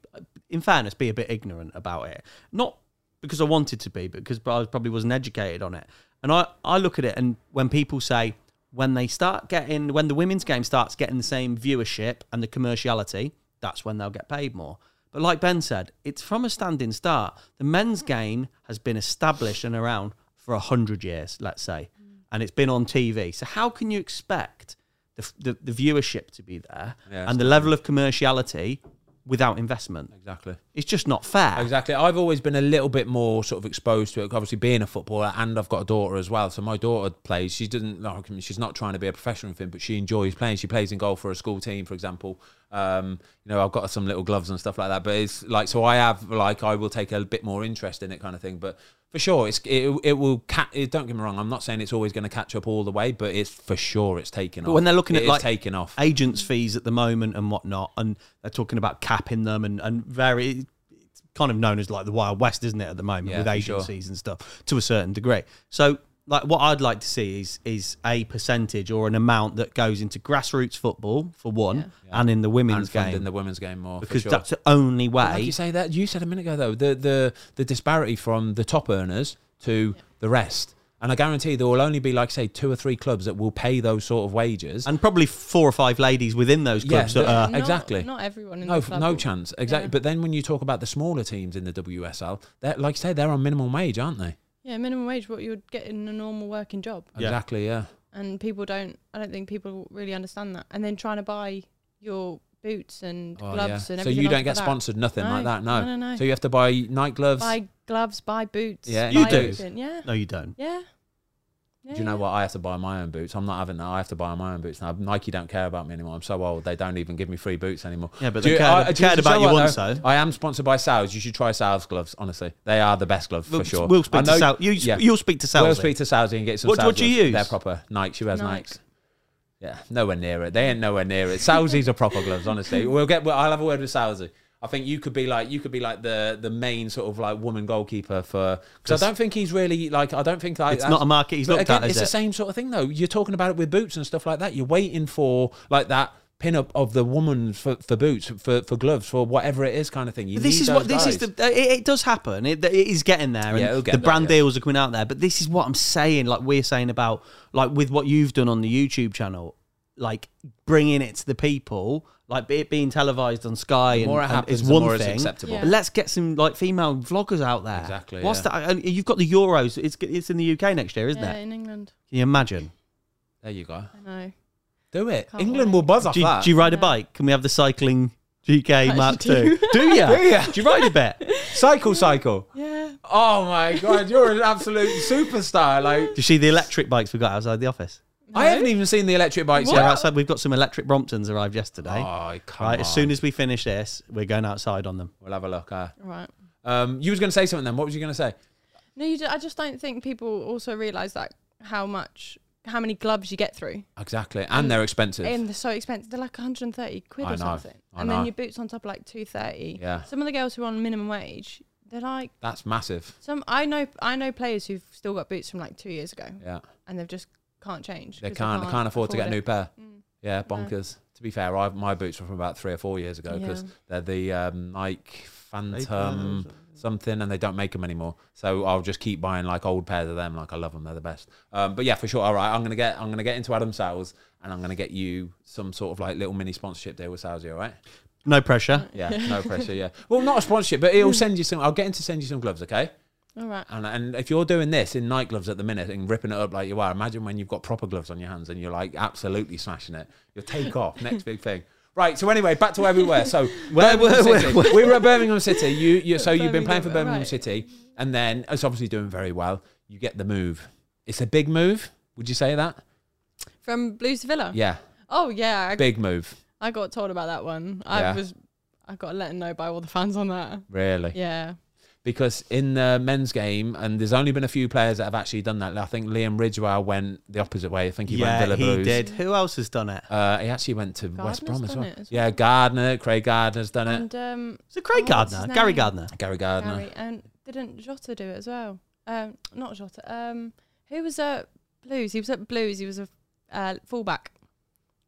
in fairness, be a bit ignorant about it. Not because I wanted to be, but because I probably wasn't educated on it. And I, I look at it, and when people say, when they start getting, when the women's game starts getting the same viewership and the commerciality, that's when they'll get paid more. But like Ben said, it's from a standing start. The men's game has been established and around for 100 years, let's say, Mm. and it's been on TV. So how can you expect the, the, the viewership to be there Yeah, and the level of commerciality without investment. Exactly. It's just not fair. Exactly. I've always been a little bit more sort of exposed to it. Obviously, being a footballer, and I've got a daughter as well. So my daughter plays. She doesn't. like, I mean, She's not trying to be a professional thing, but she enjoys playing. She plays in golf for a school team, for example. Um, you know, I've got her some little gloves and stuff like that. But it's like so. I have like I will take a bit more interest in it, kind of thing. But for sure, it's it, it will. Ca- it, don't get me wrong. I'm not saying it's always going to catch up all the way, but it's for sure it's taking off. when they're looking It at, is like, taking off, Agents' fees at the moment and whatnot, and they're talking about capping them and, and very it's kind of known as like the Wild West, isn't it, at the moment Yeah, with for sure. agencies and stuff to a certain degree. So like what I'd like to see is is a percentage or an amount that goes into grassroots football for one and in the and women's funding game. the women's game more for because sure. that's the only Like you way say that you said a minute ago though the the the disparity from the top earners to the rest, and I guarantee there will only be like say two or three clubs that will pay those sort of wages. and probably four or five ladies within those Yeah, clubs that the- are Not- Uh, exactly. Not everyone in no, the f- club no will- chance exactly. Yeah. But then when you talk about the smaller teams in the WSL, they're like you say they're on minimum wage, aren't they? Yeah, minimum wage, what you would get in a normal working job. Yeah. Exactly. Yeah. And people don't, I don't think people really understand that. And then trying to buy your boots and Oh, gloves yeah. and so everything. you else don't get like that. sponsored, nothing like No, that. No. no, no, no. So you have to buy night gloves. Buy gloves, buy boots. Yeah. You buy do? everything. Yeah. No, you don't. Yeah. yeah. Do you know what? I have to buy my own boots. I'm not having that. I have to buy my own boots now. Nike don't care about me anymore. I'm so old. They don't even give me free boots anymore. Yeah, but Do they you- cared, I- do you- do cared you about know you what, once, though? though. I am sponsored by Sal's. You should try Sal's gloves. Honestly, they are the best gloves We'll- for sure. We'll speak I know- to Sal. You, yeah. You'll speak to Sal. We'll speak to Sal's and get some. What- Sal's what do you gloves. use? They're proper Nike. She wears Nike. Nikes. Yeah, nowhere near it. They ain't nowhere near it. Salsies are proper gloves, honestly. We'll get. Well, I'll have a word with Salzy. I think you could be like you could be like the the main sort of like woman goalkeeper for because I don't think he's really like I don't think like It's not a market he's but looked again, at, is it's it? the same sort of thing though. You're talking about it with boots and stuff like that. You're waiting for like that pin up of the woman for, for boots for, for gloves for whatever it is kind of thing. You this need is those what this is guys. the uh, it, it does happen it, it is getting there and Yeah, it'll get the there, brand yeah. deals are coming out there but this is what i'm saying like we're saying about like with what you've done on the youtube channel like bringing it to the people like it being televised on sky and, more it and happens, is the one more it's thing acceptable. Yeah. but let's get some like female vloggers out there Exactly, what's yeah. that and you've got the euros it's it's in the uk next year isn't yeah, it in England. can you imagine There you go. I know. Do it. Can't England wait. will buzz off do you, that. do you ride a Yeah. bike can we have the cycling GK Mark actually II? do. Do you? Do ya? Do you ride a bit? cycle, cycle. Yeah. Oh my god, you're an absolute superstar! Like Do you see the electric bikes we got outside the office? I haven't even seen the electric bikes They're yet. outside. We've got some electric Bromptons arrived yesterday. Oh, come right, on. as soon as we finish this, we're going outside on them. we'll have a look. Uh, Right. um, you was going to say something then. What was you going to say? No, you. Do, I just don't think people also realise that how much, how many gloves you get through, Exactly, and they're expensive. and they're so expensive. They're like 130 quid I or know, something, I and know. then your boots on top are like 230. Yeah. Some of the girls who are on minimum wage, they're like That's massive. some. I know. I know players who've still got boots from like two years ago, Yeah, and they've just can't change. they 'cause can't. They can't afford to get a new it. pair. Mm. Yeah, No. bonkers. To be fair, I, my boots were from about three or four years ago because Yeah. they're the um, Nike um, Phantom something, and they don't make them anymore. So I'll just keep buying like old pairs of them. Like I love them; they're the best. Um, but yeah, for sure. All right, I'm gonna get I'm gonna get into Adam Sales, and I'm gonna get you some sort of like little mini sponsorship deal with Sales. All right. No pressure. Yeah, no pressure. Yeah. Well, not a sponsorship, but it'll send you some. I'll get him to send you some gloves, okay? All right. And and if you're doing this in night gloves at the minute and ripping it up like you are, imagine when you've got proper gloves on your hands and you're like absolutely smashing it. You'll take off. Next big thing. Right. So anyway, back to where we were. So Where- Birmingham where- City. where- we were at Birmingham City. You you so you've been Birmingham, playing for Birmingham right. City, and then it's obviously doing very well. You get the move. It's a big move. Would you say that? From Blues to Uh, Villa. Yeah, Oh yeah, I, big move. I got told about that one. Yeah. I was, I got let know by all the fans on that. Really. Yeah. because in the men's game, and there's only been a few players that have actually done that. I think Liam Ridgewell went the opposite way. I think he yeah, went Villa he Blues. did. Who else has done it? Uh, he actually went to West Brom Gardner's as done well. it as Yeah, Gardner, Craig Gardner's done it. And um, Is it Craig Oh, what's his name? Gardner? Gary Gardner. Gary Gardner. Gary, and didn't Jota do it as well? Um, not Jota. Um, who was at Blues? He was at Blues. He was a uh, fullback.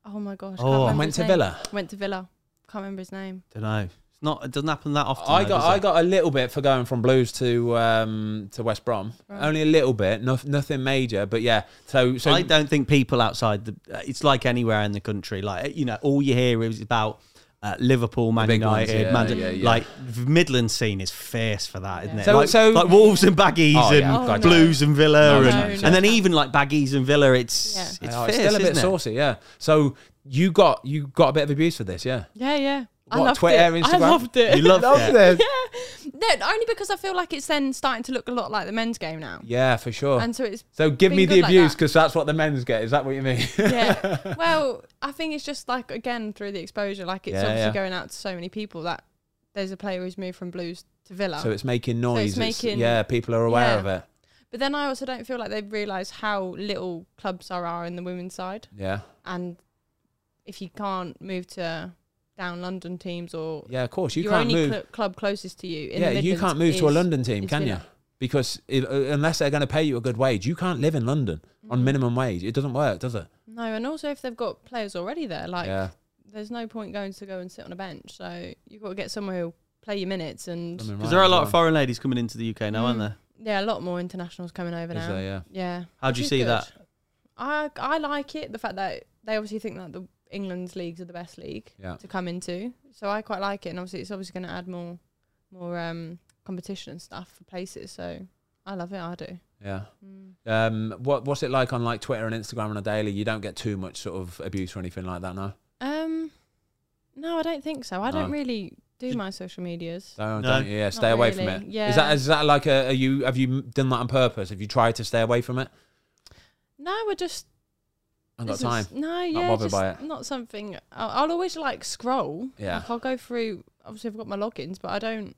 Oh my gosh! can't Oh. remember And went his to name. Villa. Went to Villa. Can't remember his name. Don't know. It's not. It doesn't happen that often. I though, got does I it? got a little bit for going from Blues to um, to West Brom. Right. Only a little bit, no, nothing major. But yeah, so so I don't think people outside the. uh, It's like anywhere in the country. Like you know, all you hear is about. Uh, Liverpool, Man big ones, United, yeah, Man, yeah, yeah. like the Midland scene is fierce for that, isn't it? So- like, so- like Wolves and Baggies Oh, and yeah, Oh, God, no. Blues and Villa, No, and, no, and no. then even like Baggies and Villa, it's Yeah. it's, Oh, fierce, still a bit isn't it? saucy. Yeah. So you got you got a bit of abuse for this, yeah? Yeah, yeah. I What, loved Twitter, it. I Instagram? loved it. You loved it. this. no, only because I feel like it's then starting to look a lot like the men's game now. Yeah, for sure. And so it's So give Been me good the like abuse that. because that's what the men's get. Is that what you mean? yeah. Well, I think it's just like again through the exposure, like it's Yeah, obviously yeah. going out to so many people that there's a player who's moved from Blues to Villa. So it's making noise. it's- making- yeah, people are aware yeah. of it. but then I also don't feel like they realise how little clubs there are in the women's side, Yeah, and if you can't move to down London teams or yeah. Of course, you your can't only move. cl- club closest to you, in yeah, the you Midlands can't move to a is- London team, is can you? Villa. Because it, uh, unless they're going to pay you a good wage, you can't live in London Mm. on minimum wage. It doesn't work, does it? No, and also if they've got players already there, like yeah, there's no point going to go and sit on a bench. So you've got to get somewhere who'll play your minutes and Something Because right there are a as lot well. of foreign ladies coming into the UK now, aren't Mm. there? yeah, a lot more internationals coming over Is now. there, yeah. Yeah. How do which you is see good. that? I I like it. The fact that they obviously think that the England's leagues are the best league Yeah. to come into, so I quite like it. And obviously, it's obviously going to add more more um, competition and stuff for places. So I love it. I do. Yeah. Hmm. Mm. Um, what What's it like on like Twitter and Instagram on a daily? You don't get too much sort of abuse or anything like that, no. Um, No, I don't think so. I don't No. really do Did- my social medias. No, No. don't. Yeah, stay Not away really, from it. Is yeah. that is that like a? Are you have you done that on purpose? Have you tried to stay away from it? No, we're just. I haven't this got time. is- No, yeah, bothered just by it. not something. I'll, I'll always like scroll. Yeah. Like, I'll go through. Obviously, I've got my logins, but I don't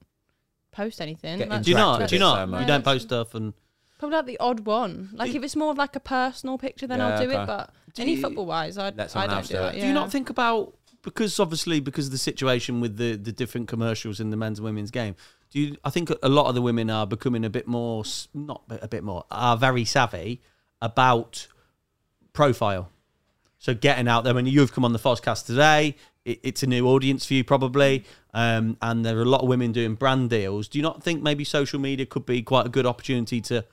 post anything. Get Like, into Do you Interact not? with Do it you so not? much. you don't post stuff and probably like the odd one. Like if it's more of like a personal picture, then I'll Yeah, do okay. it. But Do any you- football wise, I, I Let don't someone else do do it. it. Yeah. Do you not think about because obviously because of the situation with the the different commercials in the men's and women's game? Do you? I think a lot of the women are becoming a bit more s- not a bit more are very savvy about profile. So getting out there, and you've come on the Foscast today. It, it's a new audience for you probably, um, and there are a lot of women doing brand deals. Do you not think maybe social media could be quite a good opportunity to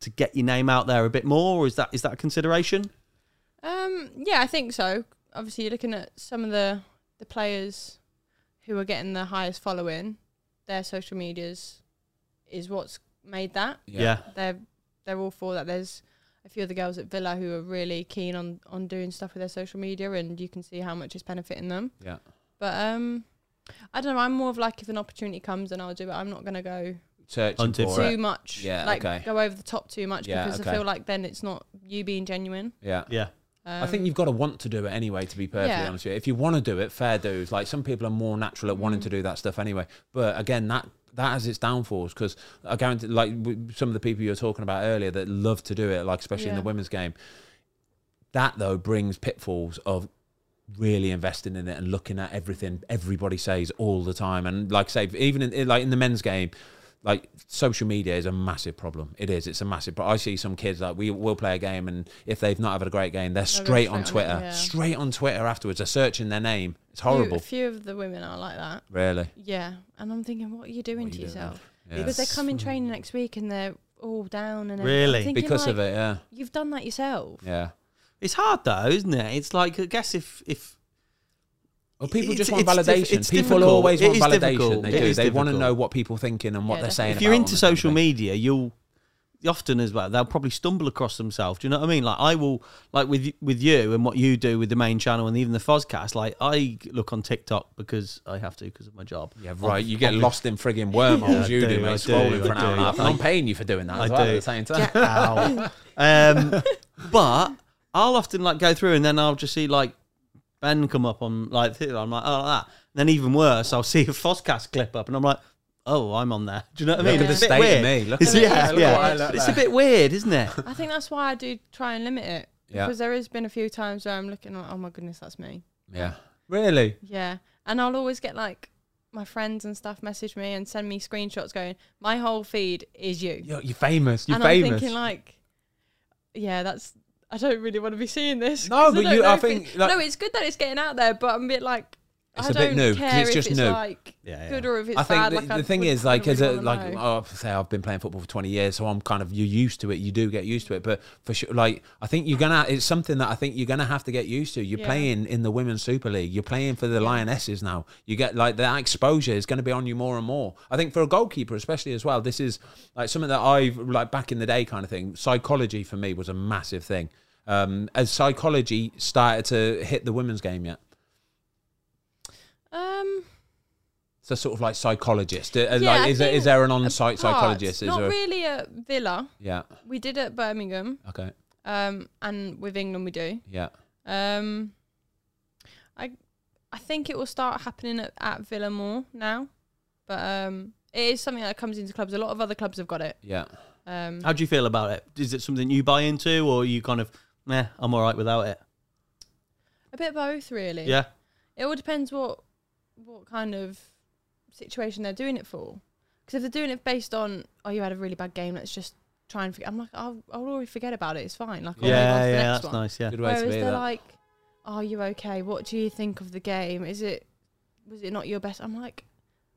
to get your name out there a bit more? Or is that is that a consideration? Um, yeah, I think so. Obviously, you're looking at some of the the players who are getting the highest following. Their social medias is what's made that. yeah. They're they're all for that. There's a few of the girls at Villa who are really keen on on doing stuff with their social media, and you can see how much it's benefiting them. Yeah. But um, I don't know. I'm more of like if an opportunity comes, then I'll do it. I'm not gonna go Searching Hunted. for too it. much. Yeah, like okay. go over the top too much Yeah, because okay. I feel like then it's not you being genuine. Yeah. yeah. Um, I think you've got to want to do it anyway. To be perfectly Yeah. honest with you, if you want to do it, fair dues. Like some people are more natural at wanting Mm. to do that stuff anyway. But again, that that has its downfalls because I guarantee, like w- some of the people you were talking about earlier that love to do it, like especially in the Yeah. women's game. That though brings pitfalls of really investing in it and looking at everything everybody says all the time. And like I say, even in, like in the men's game, like social media is a massive problem. It is. It's a massive. But I see some kids like we will play a game, and if they've not had a great game, they're They'll go straight on straight Twitter, on it, yeah. straight on Twitter afterwards. They're searching their name. It's few- horrible. A few of the women are like that. Really. Yeah, and I'm thinking, what are you doing What to you doing? yourself? Yeah. Because they come in training next week and they're all down and everything. Really? I'm thinking, because like, of it. Yeah. You've done that yourself. Yeah. It's hard though, isn't it? It's like I guess if if Well, people It's- just want it's diff- validation. it's people difficult. always It want is validation. difficult. They It do. They is want to difficult. know what people thinking and what Yeah, they're saying. if you're about into them and social everything. media, you'll often as well they'll probably stumble across themselves. Do you know what I mean? Like I will like with y- with you and what you do with the main channel and even the Fozcast. Like I look on TikTok because I have to because of my job. Yeah, right. You get lost in frigging wormholes. Oh, Yeah, you I do, do, mate. I Scrolling do, for I an hour and a do. half. And I'm paying you for doing that I as well at do. the same time. Ow. um, but I'll often like go through and then I'll just see like Ben come up on like th- I'm like oh that. And then even worse, I'll see a Fozcast clip up and I'm like oh I'm on there. Do you know what I mean? Look at the It's a bit state of weird. me. Look at It's- me. yeah, Look at yeah. what I look But it's a like. bit weird, isn't it? I think that's why I do try and limit it Yeah. because there has been a few times where I'm looking like, oh my goodness, that's me. Yeah. Really? Yeah, and I'll always get like my friends and stuff message me and send me screenshots going, my whole feed is you. You're, you're famous. You're and I'm famous. thinking like, yeah, that's. I don't really want to be seeing this. No, 'cause but don't you- know I if think, it- like- no, it's good that it's getting out there, but I'm a bit like, It's I a bit don't new, 'cause care it's if just it's new. like Yeah, good or if it's I think bad. the, like I the thing wouldn't- is, like, wouldn't as really a, wanna like, know. oh, say I've been playing football for 20 years, so I'm kind of, you're used to it. You do get used to it. But for sure, like, I think you're going to, it's something that I think you're going to have to get used to. You're Yeah. playing in the Women's Super League. You're playing for the Yeah. Lionesses now. You get, like, that exposure is going to be on you more and more. I think for a goalkeeper, especially as well, this is, like, something that I've, like, back in the day kind of thing, psychology for me was a massive thing. Um, has psychology started to hit the women's game yet? um, So sort of like psychologist. Uh, Yeah, like, I is there, is think there an on-site parts, psychologist? Is Not there? a- really at Villa. Yeah. We did at Birmingham, Okay. um, and with England we do. Yeah. Um, I, I think it will start happening at, at Villa more now, but um, it is something that comes into clubs. A lot of other clubs have got it. Yeah. Um, How do you feel about it? Is it something you buy into, or you kind of, meh, I'm all right without it? a bit of both, really. Yeah, It all depends what what kind of situation they're doing it for. Because if they're doing it based on, oh, you had a really bad game, let's just try and forget. I'm like, I'll, I'll already forget about it. It's fine. Like, I'll move on to yeah, the yeah. next That's one. nice. Yeah, Good way Whereas to be. they're That. like, "Are you okay? What do you think of the game? Is it was it not your best?" I'm like,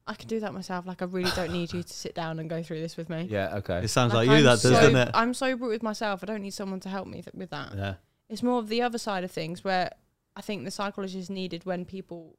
I can do that myself. Like, I really don't need you to sit down and go through this with me. yeah. Okay. it sounds like, I'm you. That so, does, doesn't it? I'm sober with myself. I don't need someone to help me th- with that. Yeah, It's more of the other side of things where I think the psychologist is needed when people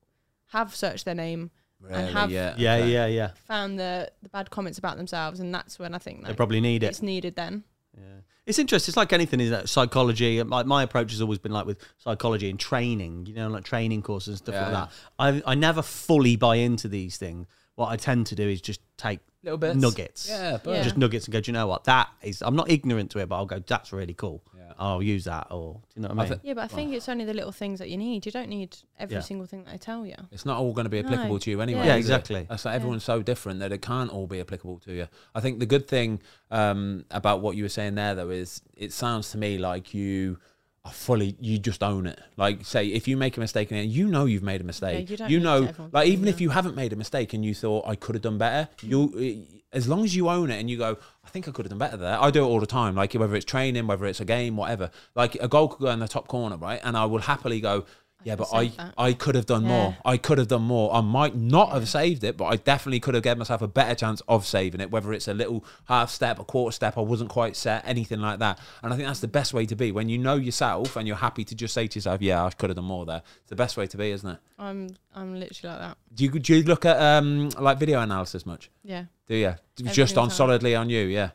have searched their name, Really, have- yeah. yeah, okay. yeah, yeah. found the the bad comments about themselves, and that's when I think They like, probably need it. it's needed. Then Yeah. It's interesting. It's like anything, is that psychology? My, my approach has always been like with psychology and training, you know, like training courses and stuff Yeah, like yeah. that. I, I never fully buy into these things. What I tend to do is just take Little bits. nuggets, Yeah, but Yeah. just nuggets, and go. Do you know what? That is. I'm not ignorant to it, but I'll go. That's really cool. Yeah. I'll use that. Or do you know what I mean? thi- Yeah, but I think it's only the little things that you need. You don't need every Yeah. single thing that I tell you. it's not all going to be applicable No. to you anyway. Yeah. is yeah, it? exactly. That's like everyone's so different that it can't all be applicable to you. I think the good thing um, about what you were saying there, though, is it sounds to me like you are fully, you just own it. Like, say, if you make a mistake in it, you know you've made a mistake. you don't you need know, to everyone like, to even if know. you haven't made a mistake and you thought, I could have done better, you, eh, as long as you own it and you go, I think I could have done better there. I do it all the time, like, whether it's training, whether it's a game, whatever. Like, a goal could go in the top corner, right? And I will happily go, yeah, but I, saved that. I could have done Yeah. more. I could have done more. I might not have saved it, but I definitely could have given myself a better chance of saving it, whether it's a little half step, a quarter step, I wasn't quite set, anything like that. And I think that's the best way to be when you know yourself and you're happy to just say to yourself, yeah, I could have done more there. It's the best way to be, isn't it? I'm I'm literally like that. Do you, do you look at um, like video analysis much? Yeah. Do you? just Everything on time. solidly on you, yeah.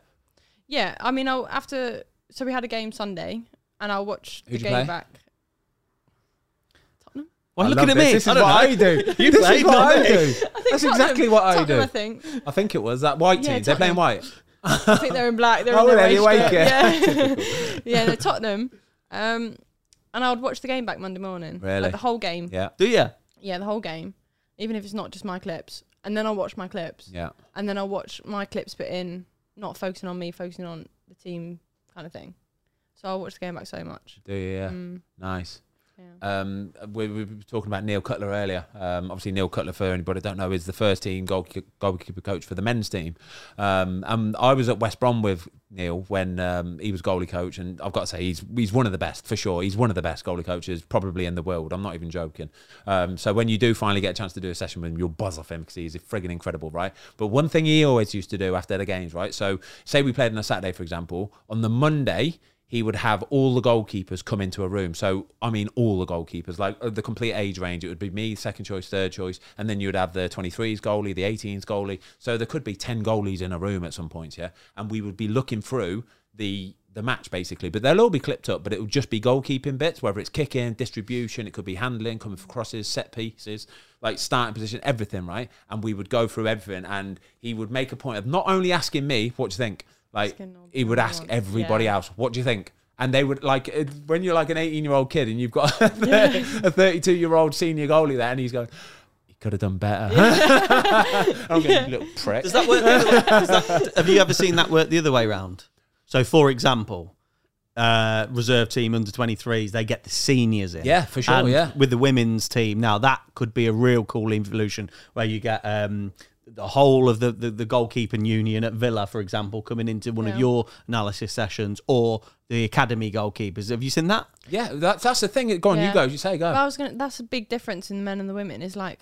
Yeah, I mean, I'll after so we had a game Sunday, and I'll watch the Who'd you game play? back. Tottenham. Why I looking love at me? This, I is don't what know. I do. You this played, is what I not me. do. I think That's Tottenham- exactly what I Tottenham, do. I think. I think it was that white Yeah, team. They're playing Tottenham. white. I think they're in black. They're Oh, in their they're race awake, shirt. yeah. Yeah, yeah, they're Tottenham. Um, and I would watch the game back Monday morning. Really? Like the whole game. Yeah, Do you? Yeah, the whole game. Even if it's not just my clips, and then I'll watch my clips. yeah. and then I'll watch my clips put in, not focusing on me, focusing on the team kind of thing. So I'll watch the game back so much. Do you? Yeah. Mm, Nice. yeah. Um, we, we were talking about Neil Cutler earlier. Um, obviously, Neil Cutler, for anybody that don't know, is the first team goal- goalkeeper coach for the men's team. Um, and I was at West Brom with Neil when um, he was goalie coach, and I've got to say he's he's one of the best for sure. He's one of the best goalie coaches probably in the world. I'm not even joking. Um, so when you do finally get a chance to do a session with him, you'll buzz off him because he's friggin' incredible, right? But one thing he always used to do after the games, right? So say we played on a Saturday, for example, on the Monday he would have all the goalkeepers come into a room. So, I mean, all the goalkeepers, like uh, the complete age range. It would be me, second choice, third choice, and then you would have the 23s goalie, the 18s goalie. So there could be 10 goalies in a room at some points, yeah? And we would be looking through the the match basically but they'll all be clipped up but it would just be goalkeeping bits whether it's kicking distribution it could be handling coming for crosses set pieces like starting position everything right and we would go through everything and he would make a point of not only asking me what do you think like Asking all he would the ask ones, everybody yeah. else, what do you think? And they would like it- when you're like an 18 year old kid and you've got a 32 year old senior goalie there, and he's going, he could have done better. I'm going, "You little prick. Does that work? the other way- does that- have you ever seen that work the other way round? So, for example, uh, reserve team under 23s, they get the seniors in. Yeah, for sure, And yeah. With the women's team, now that could be a real cool evolution where you get um, the whole of the, the, the goalkeeping union at Villa, for example, coming into one of Yeah. your analysis sessions or the academy goalkeepers. Have you seen that? yeah, that's that's the thing. Go on, you Yeah. go. You say go. But I was gonna. That's a big difference in the men and the women. Is like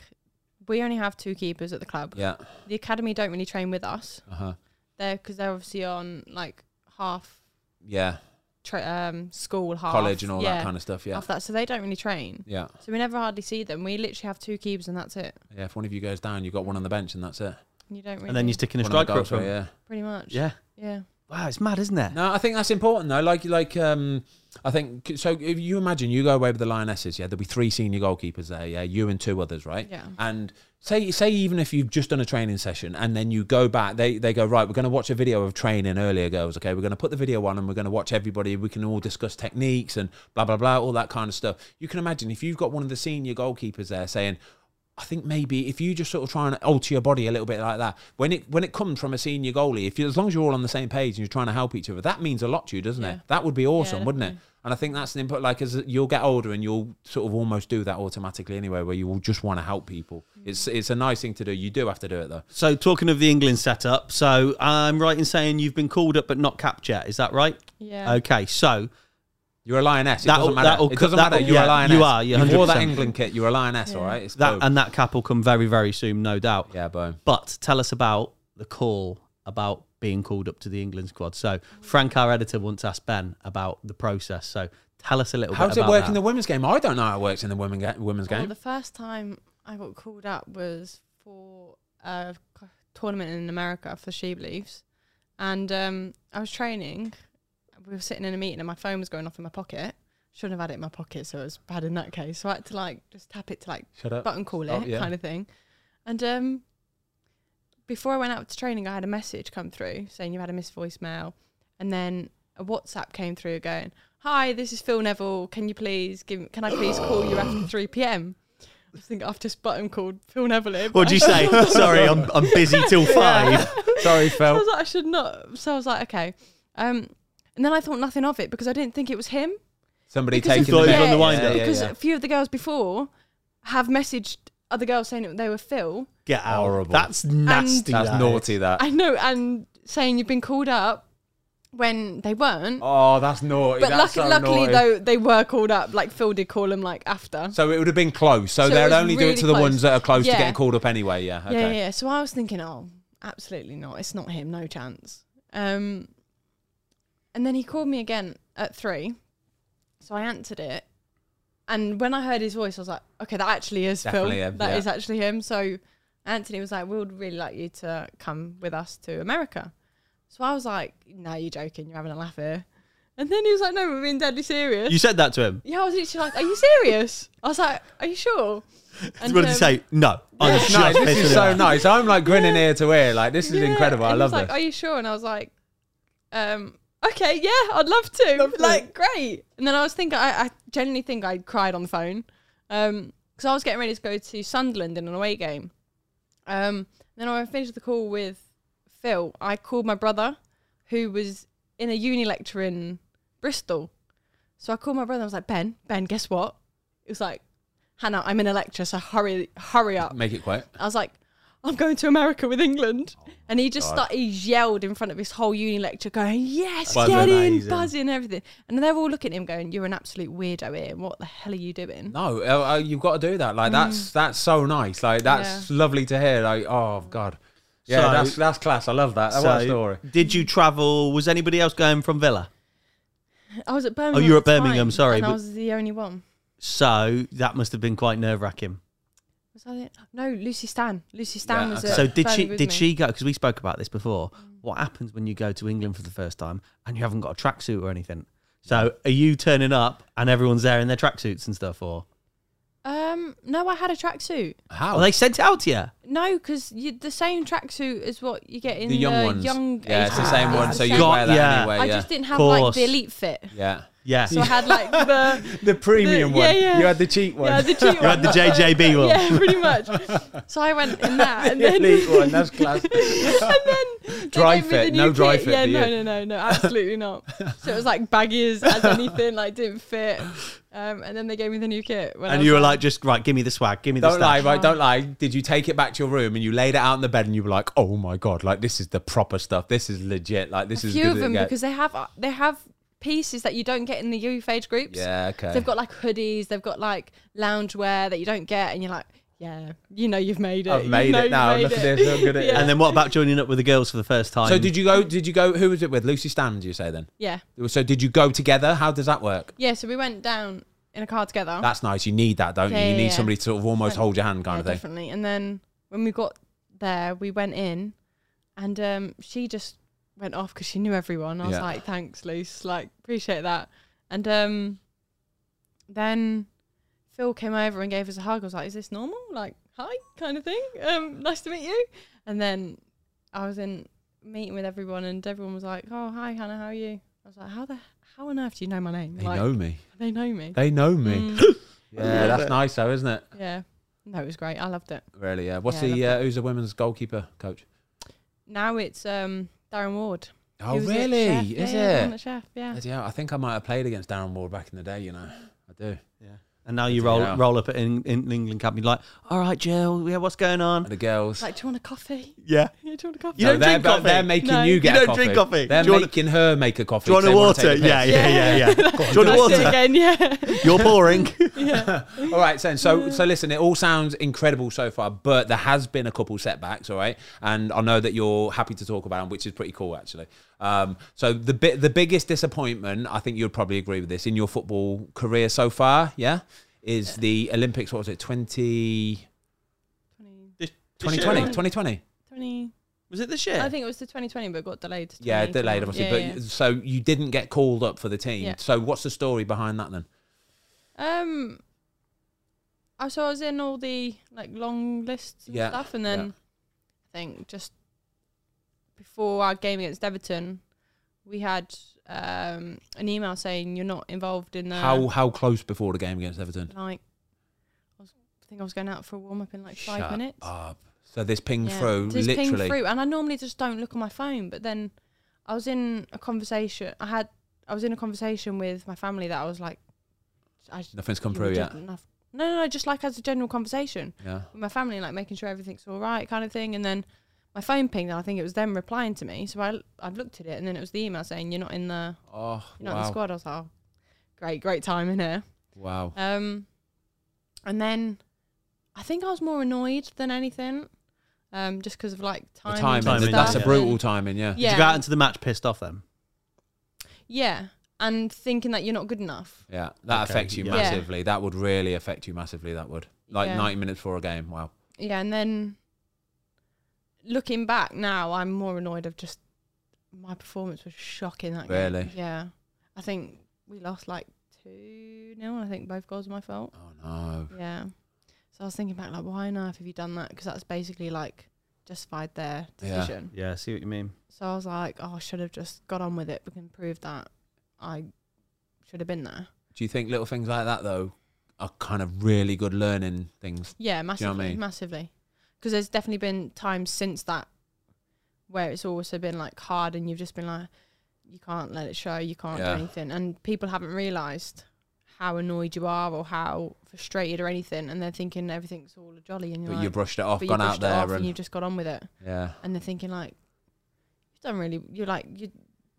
we only have two keepers at the club. yeah. The academy don't really train with us. Uh huh. They're because they're obviously on like half Yeah. tra- um, school, half College and all that kind of stuff. Yeah. Half that, so they don't really train. Yeah. So we never hardly see them. We literally have two keepers and that's it. Yeah. If one of you goes down, you've got one on the bench, and that's it. You don't really. And then you're sticking a One on the striker up goals, right, front. yeah. pretty much. Yeah. Yeah. Wow, it's mad, isn't it? No, I think that's important though. Like, like, um, I think so. If you imagine you go away with the Lionesses, yeah, there'll be three senior goalkeepers there, yeah, you and two others, right? Yeah. And say, say even if you've just done a training session and then you go back, they they go right. We're going to watch a video of training earlier, girls. Okay, we're going to put the video on and we're going to watch everybody. We can all discuss techniques and blah blah blah, all that kind of stuff. You can imagine if you've got one of the senior goalkeepers there saying. I think maybe if you just sort of try and alter your body a little bit like that, when it when it comes from a senior goalie, if you, as long as you're all on the same page and you're trying to help each other, that means a lot to you, doesn't Yeah. it? That would be awesome, wouldn't it? definitely. And I think that's an input. Like as you'll get older and you'll sort of almost do that automatically anyway, where you will just want to help people. Mm. It's it's a nice thing to do. You do have to do it though. So, talking of the England setup, so I'm right in saying you've been called up but not capped yet. Is that right? Yeah. Okay, so You're a lioness. It That'll- doesn't matter. that'll- it doesn't that'll- matter. You're yeah, a lioness. you are, yeah, you wore that 100%. England Oh. kit. You're a lioness. Yeah. All right. It's that that. and that cap will come very, very soon, no doubt. yeah, boom. But tell us about the call about being called up to the England squad. So, Frank, our editor, once asked Ben about the process. So, tell us a little How bit does it about work that. in the women's game? I don't know how it works in the women ga- women's Well, game. the first time I got called up was for a c- tournament in America for She Believes. And um, I was training we were sitting in a meeting and my phone was going off in my pocket. Shouldn't have had it in my pocket, so it was bad in that case. So I had to like just tap it to like Shut up. button call it Oh, yeah. kind of thing. And um, before I went out to training, I had a message come through saying you had a missed voicemail, and then a WhatsApp came through going, "Hi, this is Phil Neville. Can you please give? Can I please call you after three p.m." I think I've just button called Phil Neville. here, but What'd you say? Sorry, I'm, I'm busy till five. Sorry, I Phil. was like, I should not. So I was like, okay. Um, and then I thought nothing of it because I didn't think it was him. Somebody Because taking of- Thought he was the on the mic. wind up. Because a few of the girls before have messaged other girls saying they were Phil. Get out. Horrible. That's nasty. That's that is. naughty. That. I know, and saying you've been called up when they weren't. oh, that's naughty. but that's luck- so luckily, naughty. though, they were called up. Like Phil did call them like after. So it would have been close. So, So it they'd was only do it really to the close. ones that are close to Yeah. getting called up anyway. Yeah. Okay. Yeah, yeah, yeah. So I was thinking, oh, absolutely not. It's not him. No chance. Um, and then he called me again at three, so I answered it. And when I heard his voice, I was like, okay, that actually is Definitely Phil. him, That is yeah. actually him. So Anthony was like, we would really like you to come with us to America. So I was like, no, you're joking. You're having a laugh here. And then he was like, no, we're being deadly serious. You said that to him. yeah, I was literally like, are you serious? I was like, are you sure? And, what did he um, say? No. I'm It's nice. just This is pissing so it off. nice. I'm like grinning ear to ear. Like this is Yeah, incredible. I and he was love like, this. Are you sure? And I was like, um, okay, yeah, I'd love to. Like, great. And then I was thinking, I, I genuinely think I cried on the phone because I was getting ready to go to Sunderland in an away game. Um, then when I finished the call with Phil, I called my brother, who was in a uni lecture in Bristol. So I called my brother. I was like, Ben, Ben, guess what? He was like, Hannah, I'm in a lecture, so hurry, hurry up. Make it quick. I was like, I'm going to America with England. and he just start, he yelled in front of his whole uni lecture, going, Yes, That's get amazing. in, buzzing, and everything. And they're all looking at him, going, You're an absolute weirdo here. What the hell are you doing? No, uh, uh, you've got to do that. Like Mm. that's that's so nice. Like that's lovely to hear. Like oh god, yeah, So- that's that's class. I love that. That what a So, story. Did you travel? Was anybody else going from Villa? I was at Birmingham. you were at the time, Birmingham, sorry, And I but- was the only one. So that must have been quite nerve wracking. Was I it? No, Lucy Stan. Lucy Stan Yeah, was okay. at So did she? Birmingham with Did me. Mm. she go? Because we spoke about this before. What happens when you go to England for the first time and you haven't got a tracksuit or anything? So are you turning up and everyone's there in their tracksuits and stuff, or Um, no, I had a tracksuit. How oh, they sent it out to you? No, because the same tracksuit is what you get in the young ones? young yeah, it's the age same group. one. It's So the you same. Got- wear that yeah. anyway. I yeah. just didn't have like Course. the elite fit, yeah. Yeah. so I had like the The premium The- yeah, one. yeah. You had the cheap one. Yeah, the cheap you had the JJB one. Yeah, pretty much. So I went in that, and The then elite one. That's class. they Dry gave me the fit, new no kit. dry fit Yeah, for no, you. no, no, no, absolutely not. So it was like baggies as anything, like didn't fit. Um, and then they gave me the new kit. When I And was you were like, just right, give me the swag, give me the Don't lie, stuff. right? Don't lie. Did you take it back to your room and you laid it out on the bed and you were like, "Oh my god, like this is the proper stuff. This is legit. Like this a is few good as of it them gets." because they have uh, they have pieces that you don't get in the youth age groups. yeah, okay. They've got like hoodies, they've got like loungewear that you don't get, and you're like, yeah, you know, you've made it. I've You made know it you've now. made Look at it. this. I'm good at it. Yeah. And then what about joining up with the girls for the first time? So did you go? Did you go? Who was it with? Lucy Stan? Do you say then? Yeah, So did you go together? How does that work? yeah. So we went down in a car together. That's nice. You need that, don't you? Yeah, You yeah, need yeah. somebody to sort of almost Definitely. hold your hand, kind yeah, of thing. definitely. And then when we got there, we went in, and um, she just went off because she knew everyone. I was Yeah. like, "Thanks, Luce. Like, appreciate that." And um, then Phil came over and gave us a hug. I was like, "Is this normal? Like, hi, kind of thing. Um, nice to meet you." And then I was in meeting with everyone, and everyone was like, "Oh, hi, Hannah. How are you?" I was like, "How the how on earth do you know my name? They like, know me. they know me. They know me. Yeah, Mm, Love that's it. nice though, isn't it? yeah. No, it was great. I loved it. Really, yeah. What's Yeah, I the love uh, who's the women's goalkeeper coach? Now it's um, Darren Ward. Oh, He was the really? chef. Is yeah, Yeah, he it? was the chef, yeah. Bloody hell, I think I might have played against Darren Ward back in the day. You know, I do. And now you roll Yeah. roll up at in, in England Cup. You're like, all right, Jill, yeah, what's going on? And the girls. Like, do you want a coffee? Yeah. Yeah, do you want a coffee? You No, don't they're, drink but coffee. they're making No. you You get. a don't drink coffee. They're Do you wanna- making her make a coffee. Do you want 'cause a they wanna take water? the Yeah, piss. yeah, yeah, yeah. Do you want a That's it water? again, yeah. You're pouring. yeah. All right, so so so listen, it all sounds incredible so far, but there has been a couple setbacks, all right, and I know that you're happy to talk about them, which is pretty cool actually. Um, so the bi- the biggest disappointment, I think you'd probably agree with this, in your football career so far, yeah, is the Olympics. What was it, 20, 20, 2020? 2020? 20, Was it this year? I think it was the 2020, but got delayed. to Yeah, delayed 2021. obviously. Yeah, but yeah. so you didn't get called up for the team. Yeah. So what's the story behind that then? Um, I so I was in all the like long lists and Yeah, stuff, and then I think just before our game against Everton, we had um an email saying you're not involved in the How how close before the game against Everton? like. I, was, I think I was going out for a warm up in like five Shut minutes. up. So this ping Yeah. through, Just ping literally. through, and I normally just don't look on my phone. But then I was in a conversation. I had I was in a conversation with my family that I was like, I just Nothing's come you were through yet. doing enough- No, no, no, just like as a general conversation Yeah. with my family, like making sure everything's all right, kind of thing. And then my phone pinged, and I think it was them replying to me. So I I looked at it, and then it was the email saying you're not in the Oh you're not in the wow. squad. I was like, oh, great, great time in here. Wow. Um, and then I think I was more annoyed than anything, um, just because of like The time. timing. Timing, that's a yeah. brutal timing, yeah. Did Yeah, you go out into the match pissed off then? yeah, and thinking that you're not good enough. Yeah. That Okay, affects you yeah. Yeah. massively. That would really affect you massively, that would. Like Yeah. 90 minutes for a game. Wow. yeah, and then looking back now, I'm more annoyed of just my performance was shocking that game. Really? Yeah. I think we lost like 2 0, and I think both goals were my fault. Oh no. Yeah. So I was thinking back, like, why on earth have you done that? Because that's basically like justified their Yeah. decision. Yeah, I see what you mean. So I was like, oh, I should have just got on with it. We can prove that I should have been there. Do you think little things like that though are kind of really good learning things? Yeah, massively, mean? massively. Because there's definitely been times since that where it's also been like hard, and you've just been like, you can't let it show, you can't Yeah. do anything, and people haven't realised how annoyed you are or how frustrated or anything, and they're thinking everything's all a jolly, and you're But like, you brushed it off, but you gone brushed out it there off and, and you've just got on with it, yeah. and they're thinking like, you've done really, you're like, you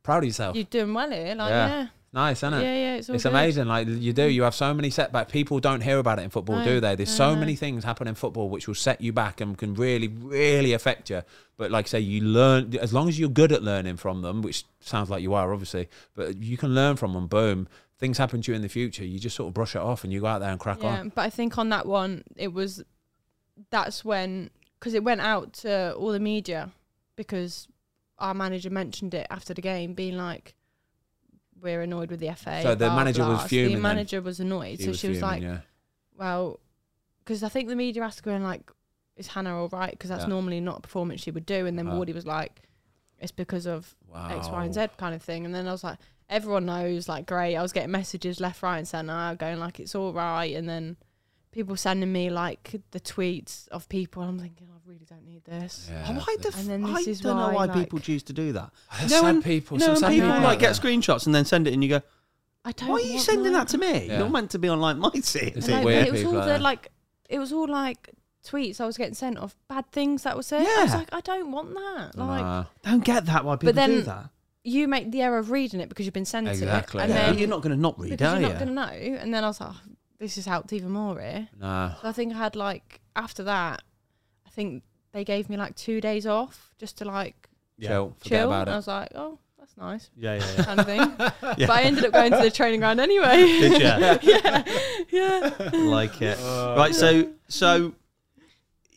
Proud of yourself. you're doing well here, like Oh. Yeah. yeah, nice, yeah, isn't it? yeah, it's all It's good. amazing. Like you do, you have so many setbacks. People don't hear about it in football, No, do they? There's no, so no. many things happen in football which will set you back and can really, really affect you. But like I say, you learn as long as you're good at learning from them, which sounds like you are, obviously. But you can learn from them. Boom, things happen to you in the future. You just sort of brush it off and you go out there and crack yeah, on. but I think on that one, it was that's when because it went out to all the media because our manager mentioned it after the game, being like, "We're annoyed with the FA." So the blah, manager blah. was So fuming The then? manager was annoyed, so she was fuming, like, yeah. "Well," because I think the media asked her, "Like, is Hannah all right?" Because that's Yeah. normally not a performance she would do, and then Uh-huh. Wardy was like, "It's because of wow. X, Y, and Z kind of thing. And then I was like, everyone knows, like, great. I was getting messages left, right, and centre, going like, it's all right. And then people sending me like the tweets of people. And I'm thinking, I really don't need this. Yeah. Oh, why the And then f- this I is don't know why why, people like- choose to do that. There's No sad one- people. no, some and sad people people like like get screenshots and then send it, and you go, I don't. "Why are you sending that to me? Yeah. You're meant to be on like my team." It's No, all but weird it was people all like the that. like, it was all like tweets I was getting sent of bad things that were said. I was Yeah. like, I don't want that. Like, Nah, Don't get that why people do then- that. you make the error of reading it because you've been sent Exactly, it, and yeah. then But you're not going to not read, because are you're you? not going to know. And then I was like, oh, this has helped even more here. nah. So I think I had like after that, I think they gave me like two days off just to like Chill. Forget chill. about And I it. was like, oh, that's nice, Yeah, yeah, yeah. kind of thing. But I ended up going to the training ground anyway. Did ya? yeah, yeah. like it. Uh, right. So, so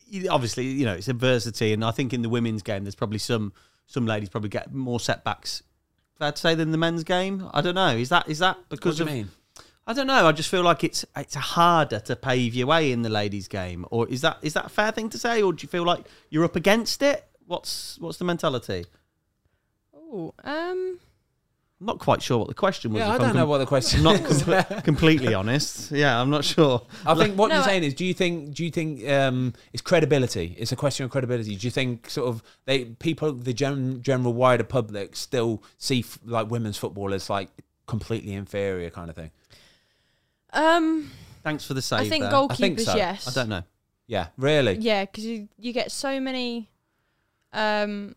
you- obviously, you know, it's adversity, and I think in the women's game, there's probably some some ladies probably get more setbacks. Fair to say than the men's game. I don't know. Is that is that What because do you of? mean? I don't know. I just feel like it's it's harder to pave your way in the ladies' game, or is that is that a fair thing to say, or do you feel like you're up against it? What's what's the mentality? Oh, um, I'm not quite sure what the question was. Yeah, I if don't I'm know com- what the question not is. com- completely honest. Yeah, I'm not sure. I think what No, you're I- saying is, do you think do you think um, it's credibility? It's a question of credibility. Do you think sort of they people the gen, general wider public still see f- like women's football as like completely inferior kind of thing? um, Thanks for the save. I think there. goalkeepers, I think so. yes. I don't know. Yeah, really. Yeah, because you you get so many, um,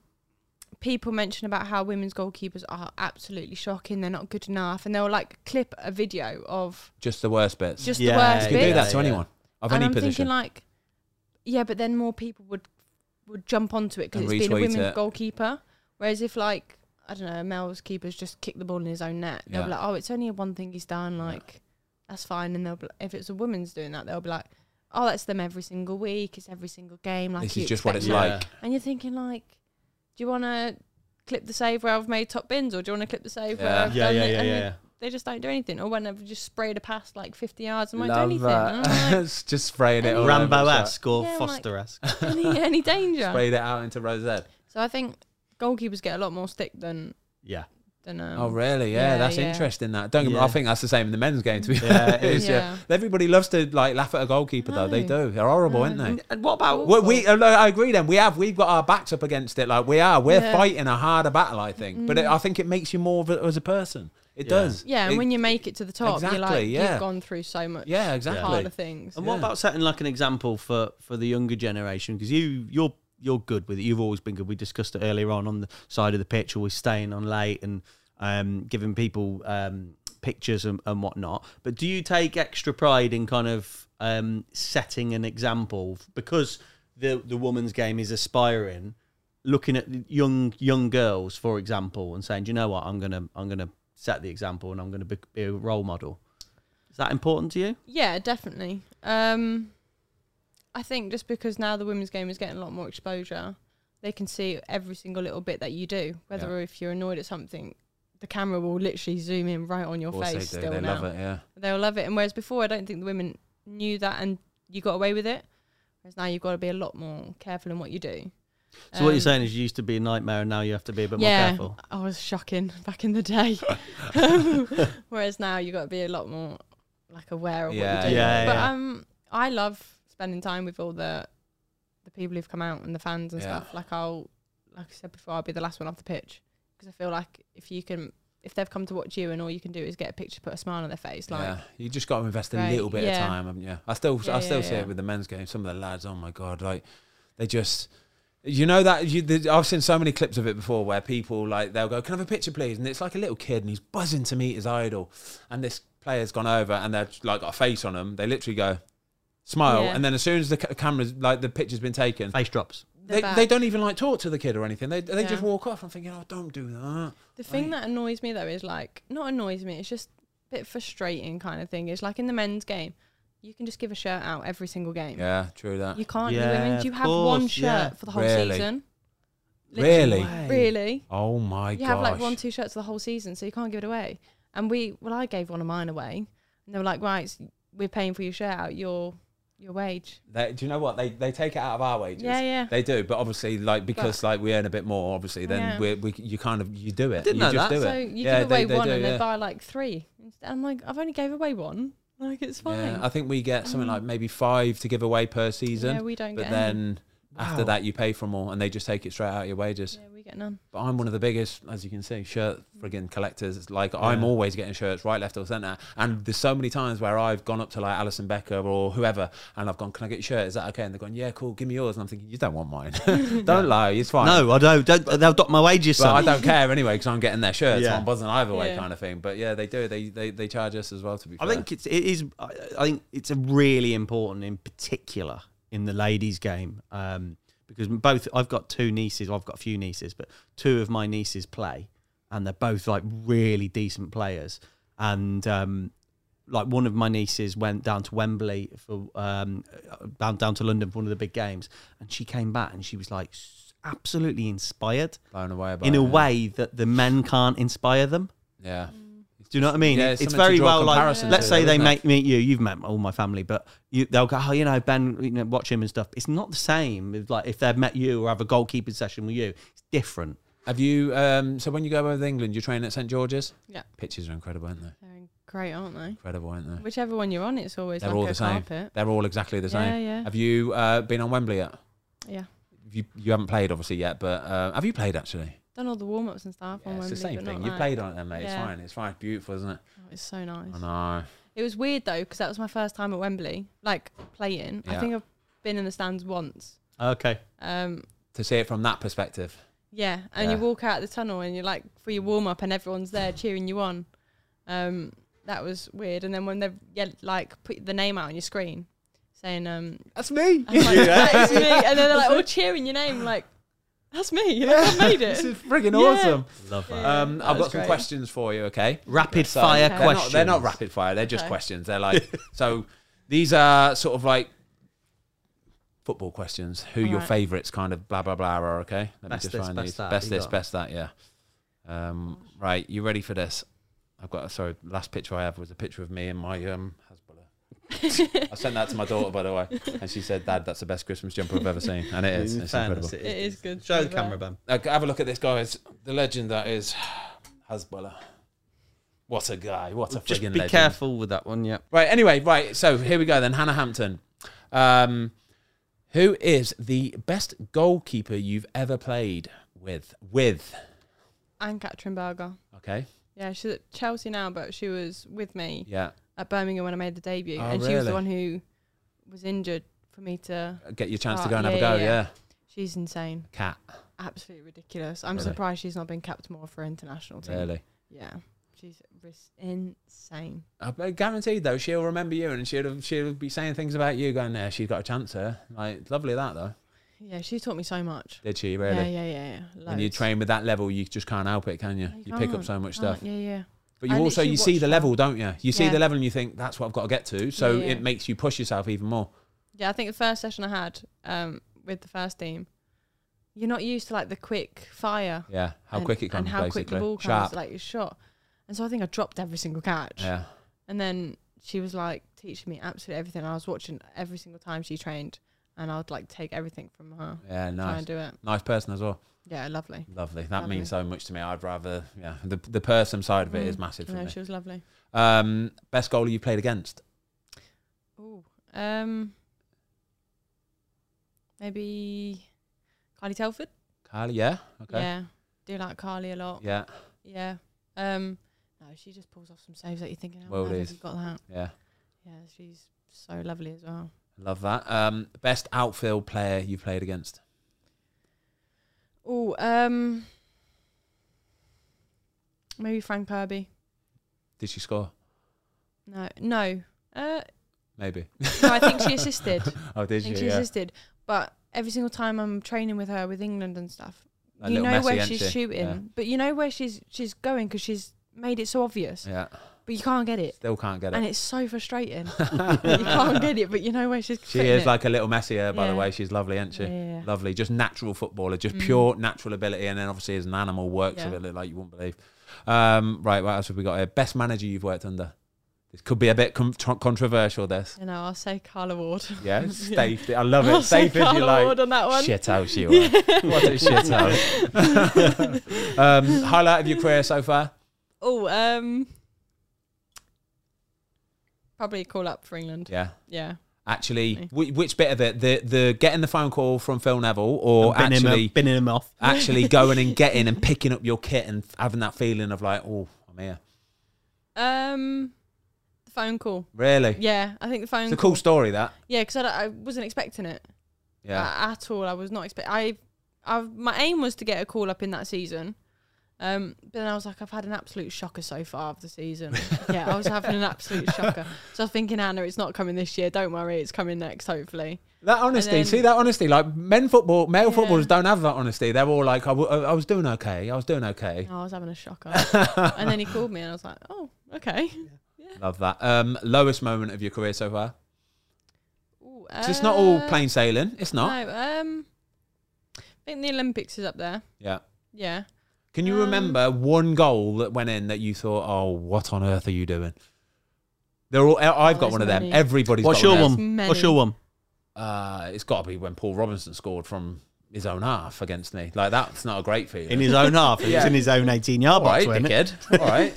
people mention about how women's goalkeepers are absolutely shocking. They're not good enough, and they'll like clip a video of Just the worst bits. just Yeah, the worst you bits. can do that to Yeah, yeah. anyone of and any I'm position. thinking like, yeah, but then more people would would jump onto it because And it's been a retweet women's it. goalkeeper. Whereas if like I don't know, Mel's keepers just kick the ball in his own net, they'll be Yeah. like, oh, it's only one thing he's done, Yeah. like that's fine. And they'll be, if it's a woman's doing that, they'll be like, oh, that's them every single week. It's every single game. Like this you is just what expect it's that." Yeah. like. And you're thinking like, do you want to clip the save where I've made top bins, or do you want to clip the save where Yeah. I've Yeah, done yeah, it? yeah, And yeah. they- yeah. They just don't do anything, or when I've just sprayed a pass like 50 yards and won't do Love anything. And I'm that. like, It's just spraying it all Rambo over. esque or Yeah, like- Foster esque. any, any danger? Sprayed it out into Rose Ed. So I think goalkeepers get a lot more stick than yeah. than um, Oh, really? Yeah, yeah, that's yeah. interesting. That don't. Get me, I Yeah. think that's the same in the men's game. To be Yeah, fair, it is, It's, yeah. Everybody loves to like laugh at a goalkeeper, though. They No. do. They're horrible, No. aren't they? And, and what about Well, we, uh, no, I agree. Then we have we've got our backs up against it. Like we are, we're Yeah. Mm. fighting a harder battle. I think, but it, I think it makes you more of a, as a person. It Yeah. does. Yeah, and It- when you make it to the top, Exactly, you're like yeah. you've gone through so much yeah, exactly. harder things. And what Yeah. about setting like an example for for the younger generation? Because you you're you're good with it. You've always been good. We discussed it earlier on on the side of the pitch, always staying on late and um, giving people um, pictures and, and whatnot. But do you take extra pride in kind of um, setting an example because the the woman's game is aspiring? Looking at young young girls, for example, and saying, "Do you know what? I'm gonna I'm gonna set the example, and I'm gonna be, be a role model." Is that important to you? Yeah, definitely. Um, I think just because now the women's game is getting a lot more exposure, they can see every single little bit that you do. Whether if you're annoyed at something, the camera will literally zoom in right on your Of course face. they do. still They now. love it. Yeah. They'll love it. And whereas before, I don't think the women knew that and you got away with it. Whereas now you've got to be a lot more careful in what you do. So what Um, you're saying is you used to be a nightmare and now you have to be a bit more careful. I was shocking back in the day. Whereas now you've got to be a lot more like aware of Yeah, what you're doing. yeah, but yeah. um I love spending time with all the the people who've come out and the fans and Yeah. stuff. Like I'll like I said before, I'll be the last one off the pitch because I feel like if you can if they've come to watch you and all you can do is get a picture, put a smile on their face, like yeah, you just got to invest a Right, little bit yeah. of time, haven't you? I still, Yeah, I still yeah, see yeah. it with the men's game. Some of the lads, oh my god, like they just, you know that you. The, I've seen so many clips of it before where people like they'll go, "Can I have a picture, please?" And it's like a little kid and he's buzzing to meet his idol, and this player's gone over and they've like got a face on them. They literally go. Smile, Yeah. and then as soon as the ca- camera's like the picture's been taken, Face drops. they're they, back. they don't even like talk to the kid or anything. They they Yeah. just walk off. I'm thinking, oh, don't do that. The thing that annoys me though is like not annoys me, it's just a bit frustrating kind of thing. It's like in the men's game, you can just give a shirt out every single game. Yeah, true that. You can't Yeah, do women's. You of have one course, shirt yeah. for the whole Really? season. Really? Literally, Really? oh my You gosh. have like one, two shirts for the whole season, so you can't give it away. And we, well, I gave one of mine away, and they were like, "Right, s- we're paying for your shirt out your your wage." They, do you know what they they take it out of our wages? Yeah, yeah. They do, but obviously, like because like we earn a bit more, obviously, then Yeah. we're, we you kind of you do it. didn't you know just that. do so it. you Yeah, give they- away they one, do, and yeah. they buy like three. Instead- I'm like, I've only gave away one. Like it's fine. Yeah, Yeah, I think we get something like maybe five to give away per season. we don't but get any. then after Wow. that, you pay for more, and they just take it straight out of your wages. Yeah, we get none. But I'm one of the biggest, as you can see, shirt friggin' collectors. It's Like I'm always getting shirts right, left, or centre. And there's so many times where I've gone up to like Alison Becker or whoever, and I've gone, "Can I get your shirt? Is that okay?" And they're going, "Yeah, cool. Give me yours." And I'm thinking, "You don't want mine. don't lie. It's fine." No, I don't. don't they'll dock my wages, But I son. don't care anyway because I'm getting their shirts. Yeah. So I'm buzzing either way, Yeah. kind of thing. But yeah, they do. They they, they charge us as well. To be I fair. think it's it is. I I think it's a really important, in particular, in the ladies' game, um, because both I've got two nieces. I've got a few nieces, but two of my nieces play, and they're both like really decent players. And um, like one of my nieces went down to Wembley for um, down down to London for one of the big games, and she came back and she was like s- absolutely inspired blown away by in it, a yeah. way that the men can't inspire them. Yeah, Do you know what I mean? Yeah, It- it's it's, something to very draw a well like. comparison Let's to, say though, they isn't it? make, meet you. You've met all my family, but you, they'll go, "Oh, you know, Ben, you know, watch him and stuff." It's not the same. If, like if they've met you or have a goalkeeping session with you, it's different. Have you? Um, so when you go over to England, you train at St George's. Yeah. pitches are incredible, aren't they? They're great, aren't they? Incredible, aren't they? Whichever one you're on, it's always They're like all a the same. carpet. They're all exactly the Yeah, same. yeah. Have you uh, been on Wembley yet? Yeah, You you haven't played obviously yet, but uh, have you played actually? done all the warm ups and stuff. Yeah, on it's the Wembley, same but thing. not You like- played on it, mate. It's Yeah. fine. It's fine. It's beautiful, isn't it? Oh, it's so nice. I know. It was weird though because that was my first time at Wembley, like playing. Yeah. I think I've been in the stands once. Okay. Um, To see it from that perspective, yeah, and Yeah. you walk out the tunnel and you're like for your warm up and everyone's there cheering you on. Um, that was weird. And then when they yeah, like put the name out on your screen, saying um, that's me. and, I'm like, "That is me," and then they're like all cheering your name, like that's me. Like, I made this it. is friggin' Yeah. awesome. Love that. Yeah, Um, that I've was got some great. questions for you. Okay. Rapid So, fire Okay. They're questions. not, they're not rapid fire. They're just Okay. questions. They're like so. These are sort of like football questions. Who All your right. favourites? Kind of blah blah blah. Are okay. Let Best this, best that, Best you this, got? best that. Yeah. Um, right, you ready for this? I've got. Sorry, last picture I have was a picture of me and my um. Hezbollah. I sent that to my daughter, by the way, and she said, "Dad, that's the best Christmas jumper I've ever seen," and it is. In It's incredible. fairness, It is good Show to the be fair. camera, Ben. Uh, have a look at this, guys. The legend that is Hezbollah. What a guy! What a Just be friggin' legend. careful with that one. Yeah. Right. Anyway, right. So here we go then. Hannah Hampton, um, who is the best goalkeeper you've ever played with? With And Katrin Berger. okay, Yeah, she's at Chelsea now, but she was with me yeah. at Birmingham when I made the debut, Oh, and she was really? the one who was injured for me to. Get your chance to Oh, go and have a yeah, go. yeah, Yeah. yeah. She's insane, Cat. absolutely ridiculous. I'm Really? surprised she's not been capped more for her international team. Really. Yeah, she's ris- insane. I bet- guaranteed though, she'll remember you and she'll she'll be saying things about you. Going there, she's got a chance here. Like lovely that though. Yeah, she taught me so much. Did she really? Yeah, yeah, yeah. yeah. When you loads. train with that level, you just can't help it, can you? No, You, pick up can't, so much can't. stuff. Yeah, yeah. But you I also literally you see watched the her. level, don't you? You see Yeah. the level and you think that's what I've got to get to. So Yeah, yeah. it makes you push yourself even more. Yeah, I think the first session I had um, with the first team, you're not used to like the quick fire. Yeah, how and, quick it comes, and how basically. quick the ball comes, Sharp. like your shot. And so I think I dropped every single catch. yeah, And then she was like teaching me absolutely everything. I was watching every single time she trained, and I would like take everything from her, yeah, try nice, and do it. nice person as well. Yeah, lovely. Lovely. That Lovely. means so much to me. I'd rather, yeah, the the person side of it is Mm. massive for No, me. she was lovely. Um, best goalie you played against? Ooh, um, maybe Carly Telford. Carly. Yeah. Okay. Yeah. Yeah, do like Carly a lot. Yeah. Yeah. Um, no, she just pulls off some saves that you're thinking, oh, World man, have is. you got that? Yeah, she's so lovely as well. Love that. Um, best outfield player you played against? Oh, um, maybe Frank Kirby. Did she score? No, no. Uh, Maybe. no, I think she assisted. Oh, I did think you? she Yeah. assisted. But every single time I'm training with her with England and stuff, Like you little know Messi, where ain't she's she? shooting, but you know where she's she's going because she's made it so obvious, Yeah. but you can't get it, Still can't get it. and it's so frustrating. you can't get it, but you know where she's. She fitting is it. like a little Messier, by the Yeah. way. She's lovely, isn't she? Yeah, yeah, yeah. Lovely, just natural footballer, just Mm. pure natural ability, and then obviously as an animal works Yeah. with it like you wouldn't believe. Um, right, what else have we got here? Best manager you've worked under. This could be a bit com- tr- controversial. This, You know, I'll say Carla Ward. yeah, safe. I love it. I'll say safe if you Carla like. Ward on that one. Shit house you are. what a shit house. um, highlight of your career so far? Oh, um, probably a call up for England. Yeah. Yeah. Actually, Me. whi- which bit of it? The the getting the phone call from Phil Neville, or Binning him- actually binning him off. actually going and getting and picking up your kit and having that feeling of like, oh, I'm here. Um, the phone call. Really? Yeah, I think the phone. It's a call. cool story, that. Yeah, because I, don't- I wasn't expecting it Yeah. a- at all. I was not expect. I, I, my aim was to get a call up in that season. Um, but then I was like, I've had an absolute shocker so far of the season. yeah, I was having an absolute shocker. So I was thinking, Anna, it's not coming this year. Don't worry, it's coming next, hopefully. That honesty, And then- see that honesty. Like men football, male Yeah. footballers don't have that honesty. They're all like, I, w- I was doing okay. I was doing okay. Oh, I was having a shocker. and then he called me, and I was like, oh, okay. Love that. Um, lowest moment of your career so far? Ooh, 'Cause it's not all uh, plain sailing. It's not. No, um, I think the Olympics is up there. Yeah. Yeah. Can you Um, remember one goal that went in that you thought, oh, what on earth are you doing? They're all. I- I've got Oh, there's one of them. many. Everybody's What's got your one. of There's one? What's your many. one? them. Uh, it's got to be when Paul Robinson scored from his own half against me. Like that's not a great feeling. In his own half. It was Yeah. in his own 18 yard all right, box, wasn't it? dickhead. All right.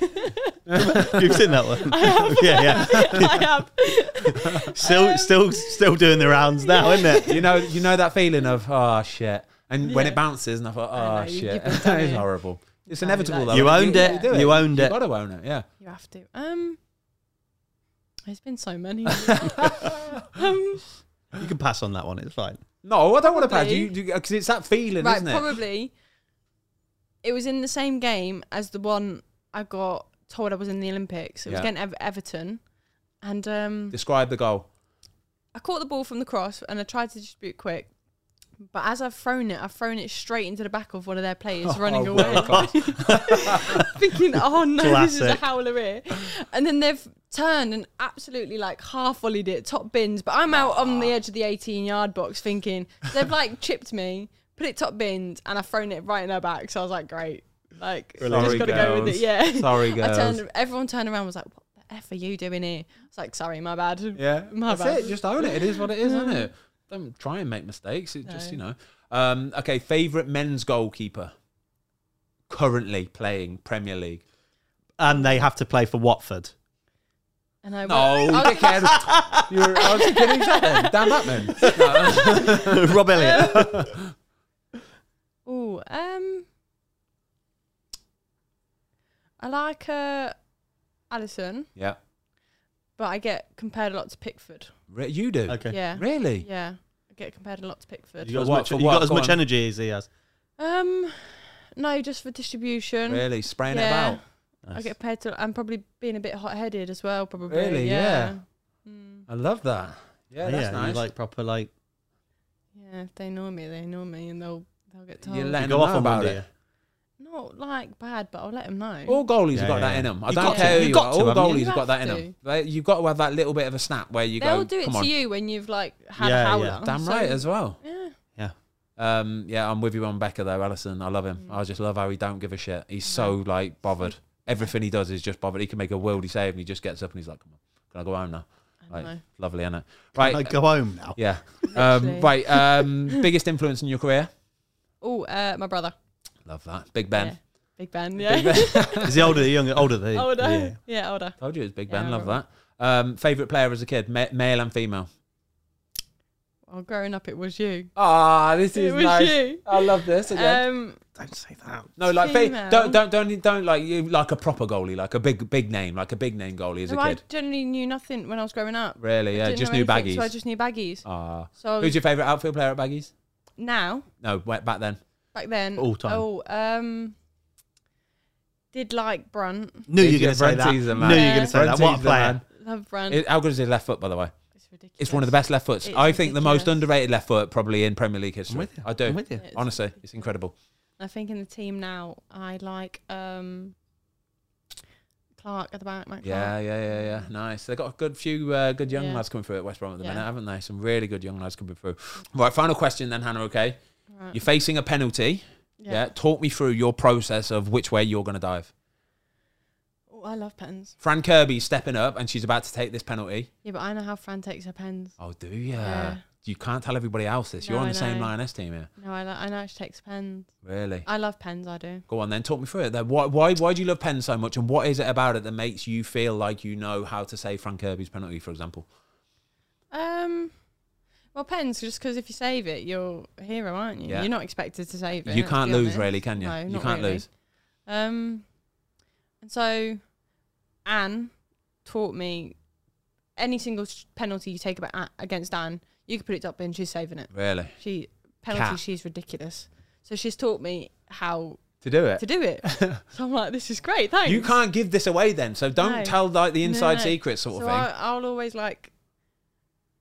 You've seen that one. yeah, yeah. I have. Still, still, still doing the rounds now, isn't it? you know, you know that feeling of oh shit, and when Yeah. it bounces, and I thought oh I know, you- shit, you've been done it's in. horrible. It's No, inevitable though. that's- You owned it. do You owned You it. got to own it. Yeah. You have to. Um, there's been so many. um, You can pass on that one. It's fine. No, I don't want to pass Probably. you because it's that feeling, right, isn't it? probably. It was in the same game as the one I got told I was in the Olympics. It was Yeah. against Ev- Everton, and um, Describe the goal. I caught the ball from the cross and I tried to distribute quick, But as I've thrown it, I've thrown it straight into the back of one of their players Oh, running away, well, God. thinking, "Oh no, this is a Classic. howler here." And then they've turned and absolutely like half volleyed it, top bins. But I'm out on Ah. the edge of the 18 yard box, thinking they've like chipped me, put it top bins, and I've thrown it right in their back. So I was like, "Great, like I Sorry, just gotta go with girls. it." Yeah. Sorry, I girls. turned. Everyone turned around, and was like, "What the f are you doing here?" I was like, "Sorry, my bad." Yeah, My that's bad. it. Just own it. It is what it is, isn't it? Don't try and make mistakes. It just No. you know. Um, okay, favorite men's goalkeeper currently playing Premier League. and they have to play for Watford. And I No, went- I was- dickhead. You're, I was kidding. Shut up. Damn that man. No. Rob Elliott. Ooh, um, I like uh, Allison, yeah, but I get compared a lot to Pickford. Re- you do. okay. Yeah, Really? yeah, I get compared a lot to You Pickford. got as what- much, for you what? got as Go much on. energy as he has. Um, no, just for distribution. Really spraying Yeah. it about. I Nice. get compared to. I'm probably being a bit hot-headed as well. Probably. Really? Yeah. Yeah. Mm, I love that. Yeah, that's you nice. like proper like yeah. If they know me, they know me, and they'll they'll get You told. let- you And go know off on about one, do it. you? Not like bad, but I'll let them know. All goalies Yeah, have got yeah, that yeah. in them. I You've don't got care to. who You've you got are. to, All haven't you? goalies You have got that have in to. them. They, you've got to have that little bit of a snap where you They'll go. do it Come to on. you when you've like had Yeah, a yeah. howler. Damn So, right as well. Yeah. Um, yeah, I'm with you on Becker though, Allison. I love him. Mm. I just love how he don't give a shit. He's so like bothered. Everything he does is just bothered. He can make a worldy save and he just gets up and he's like, "Come on, can I go home now?" I Like, know. lovely, isn't it? I Right, go home now. yeah. Um, Literally. right, um, biggest influence in your career? Oh, uh, my brother. Love that, Big Ben. Yeah. Big Ben, yeah. Big Ben. Is he older, the younger, older than you? older. Yeah. Yeah. oh, older. Told you it was Big Yeah, Ben. I Love that. Um, favorite player as a kid, ma- male and female. Well, Oh, growing up, it was you. Ah, this It was you. I love this Um, Don't say that. no, like fa- female. don't don't don't don't like you like a proper goalie, like a big big name, like a big name goalie as no, a I kid. generally knew nothing when I was growing up. Really, yeah, Didn't just know new anything, baggies. So I just Oh. knew baggies. Ah. So Who's your favourite outfield player at Baggies? now, No, wait, back then. back then. All time. Oh, um, did like Brunt. Knew Yeah, you were going to say Brent's that. easy, Knew you were man. going to say that. What a Brent's player. Love Brunt. It, how good is his left foot, by the way? it's ridiculous. It's one of the best left foots. It's I think the most ridiculous. underrated left foot probably in Premier League I'm history. with you. I do. I'm with you. It's- Honestly, it's incredible. I think in the team now, I like um, Clark at the back. Matt Clark. Yeah, yeah, yeah, yeah. Mm. Nice. They've got a good few uh, good young Yeah. lads coming through at West Brom at the Yeah. minute, haven't they? Some really good young lads coming through. Right, final question then, Hannah, okay? Right. You're facing a penalty. Yeah. Talk me through your process of which way you're going to dive. Oh, I love pens. Fran Kirby's stepping up and she's about to take this penalty. Yeah, but I know how Fran takes her pens. Oh, do ya? Yeah. You can't tell everybody else this. You're No, on I the same know. Lioness team here. No, I, li- I know she takes pens. Really? I love pens. I do. Go on then, talk me through it. Then why why why do you love Penn so much, and what is it about it that makes you feel like you know how to save Frank Kirby's penalty, for example? Um, well, pens just because if you save it, you're a hero, aren't you? Yeah. You're not expected to save it. you let's can't be lose, honest. really, can you? No, you not can't really. lose. Um, and so Anne taught me any single s- penalty you take about a- against Anne, you could put it up and she's saving it. Really, She penalty, Cat. she's ridiculous. So she's taught me how to do it. to do it. so I'm like, this is great. Thanks. You can't give this away then, so don't No. tell like the No, inside no. secret sort of so thing. I, I'll always like,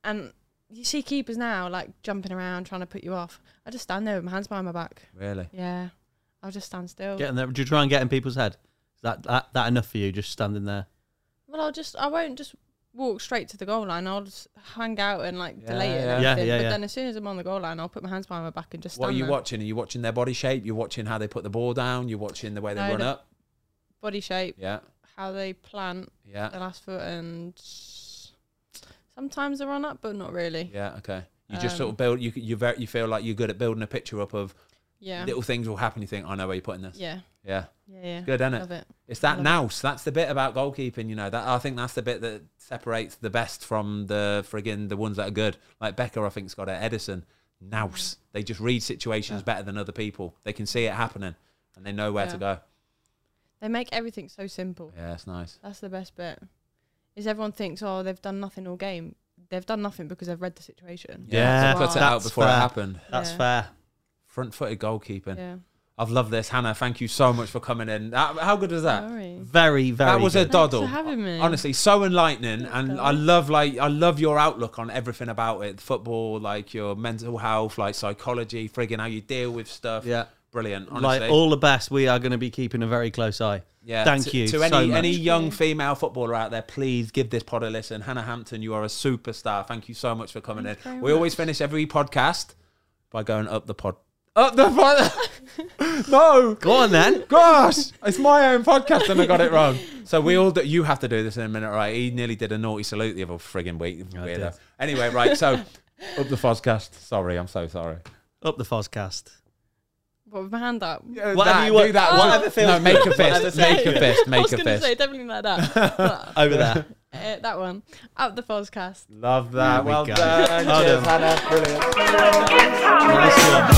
and you see keepers now like jumping around trying to put you off. I just stand there with my hands behind my back. really, Yeah, I'll just stand still. Getting there. Do you try and get in people's head? Is that, that, that enough for you, just standing there? Well, I'll just I won't just walk straight to the goal line. I'll just hang out and like Yeah, delay it. yeah. And Yeah, everything. yeah, but yeah. then as soon as I'm on the goal line, I'll put my hands behind my back and just stand what are you there. watching? Are you watching their body shape? You're watching how they put the ball down. You're watching the way they No, run no. up. Body shape, Yeah, how they plant yeah, the last foot, and sometimes they run up, but not really. yeah. Okay, you just Um, sort of build. You you very, you feel like you're good at building a picture up of Yeah, yeah, little things will happen. You think I know where you're putting this. yeah, Yeah, yeah. yeah. good, isn't it? Love it. It's that Love it. nous. That's the bit about goalkeeping, you know. That I think that's the bit that separates the best from the friggin' the ones that are good. Like Becker, I think's got it. Edison, nous. They just read situations Yeah. better than other people. They can see it happening and they know where to Yeah. go. They make everything so simple. Yeah, it's nice. That's the best bit. Is everyone thinks, oh, they've done nothing all game. They've done nothing because they've read the situation. Yeah. so cut it Wow. out That's before it fair. happened. That's Yeah. fair. Front-footed goalkeeping. Yeah. I've loved this, Hannah. Thank you so much for coming in. That- how good was that? Sorry. Very, very. that was good. a doddle. for having me. Honestly, so enlightening, and darling. I love like I love your outlook on everything about it. Football, like your mental health, like psychology, frigging how you deal with stuff. Yeah. brilliant. Honestly, like all the best. We are going to be keeping a very close eye. yeah. Thank to, you to so any much. any Thank young you. female footballer out there. Please give this pod a listen. Hannah Hampton, you are a superstar. Thank you so much for coming Thank you in. very We always finish every podcast by going up the pod. Up the pod. no. Go on then. Gosh, it's my own podcast and I got it wrong. So we all do, you have to do this in a minute, right? He nearly did a naughty salute the other frigging week. I Weirdo. did. Anyway, right, so up the podcast. Sorry, I'm so sorry. Up the Foscast. What with my hand up? Whatever That- you want- do that. whatever No, feels make good. a Whatever fist. Make a feels fist. I Make was a going to fist. say definitely like that. Over there. Uh, that one. Up the podcast. Love that. we well go. done. Well Cheers, Hannah. Brilliant. Nice one.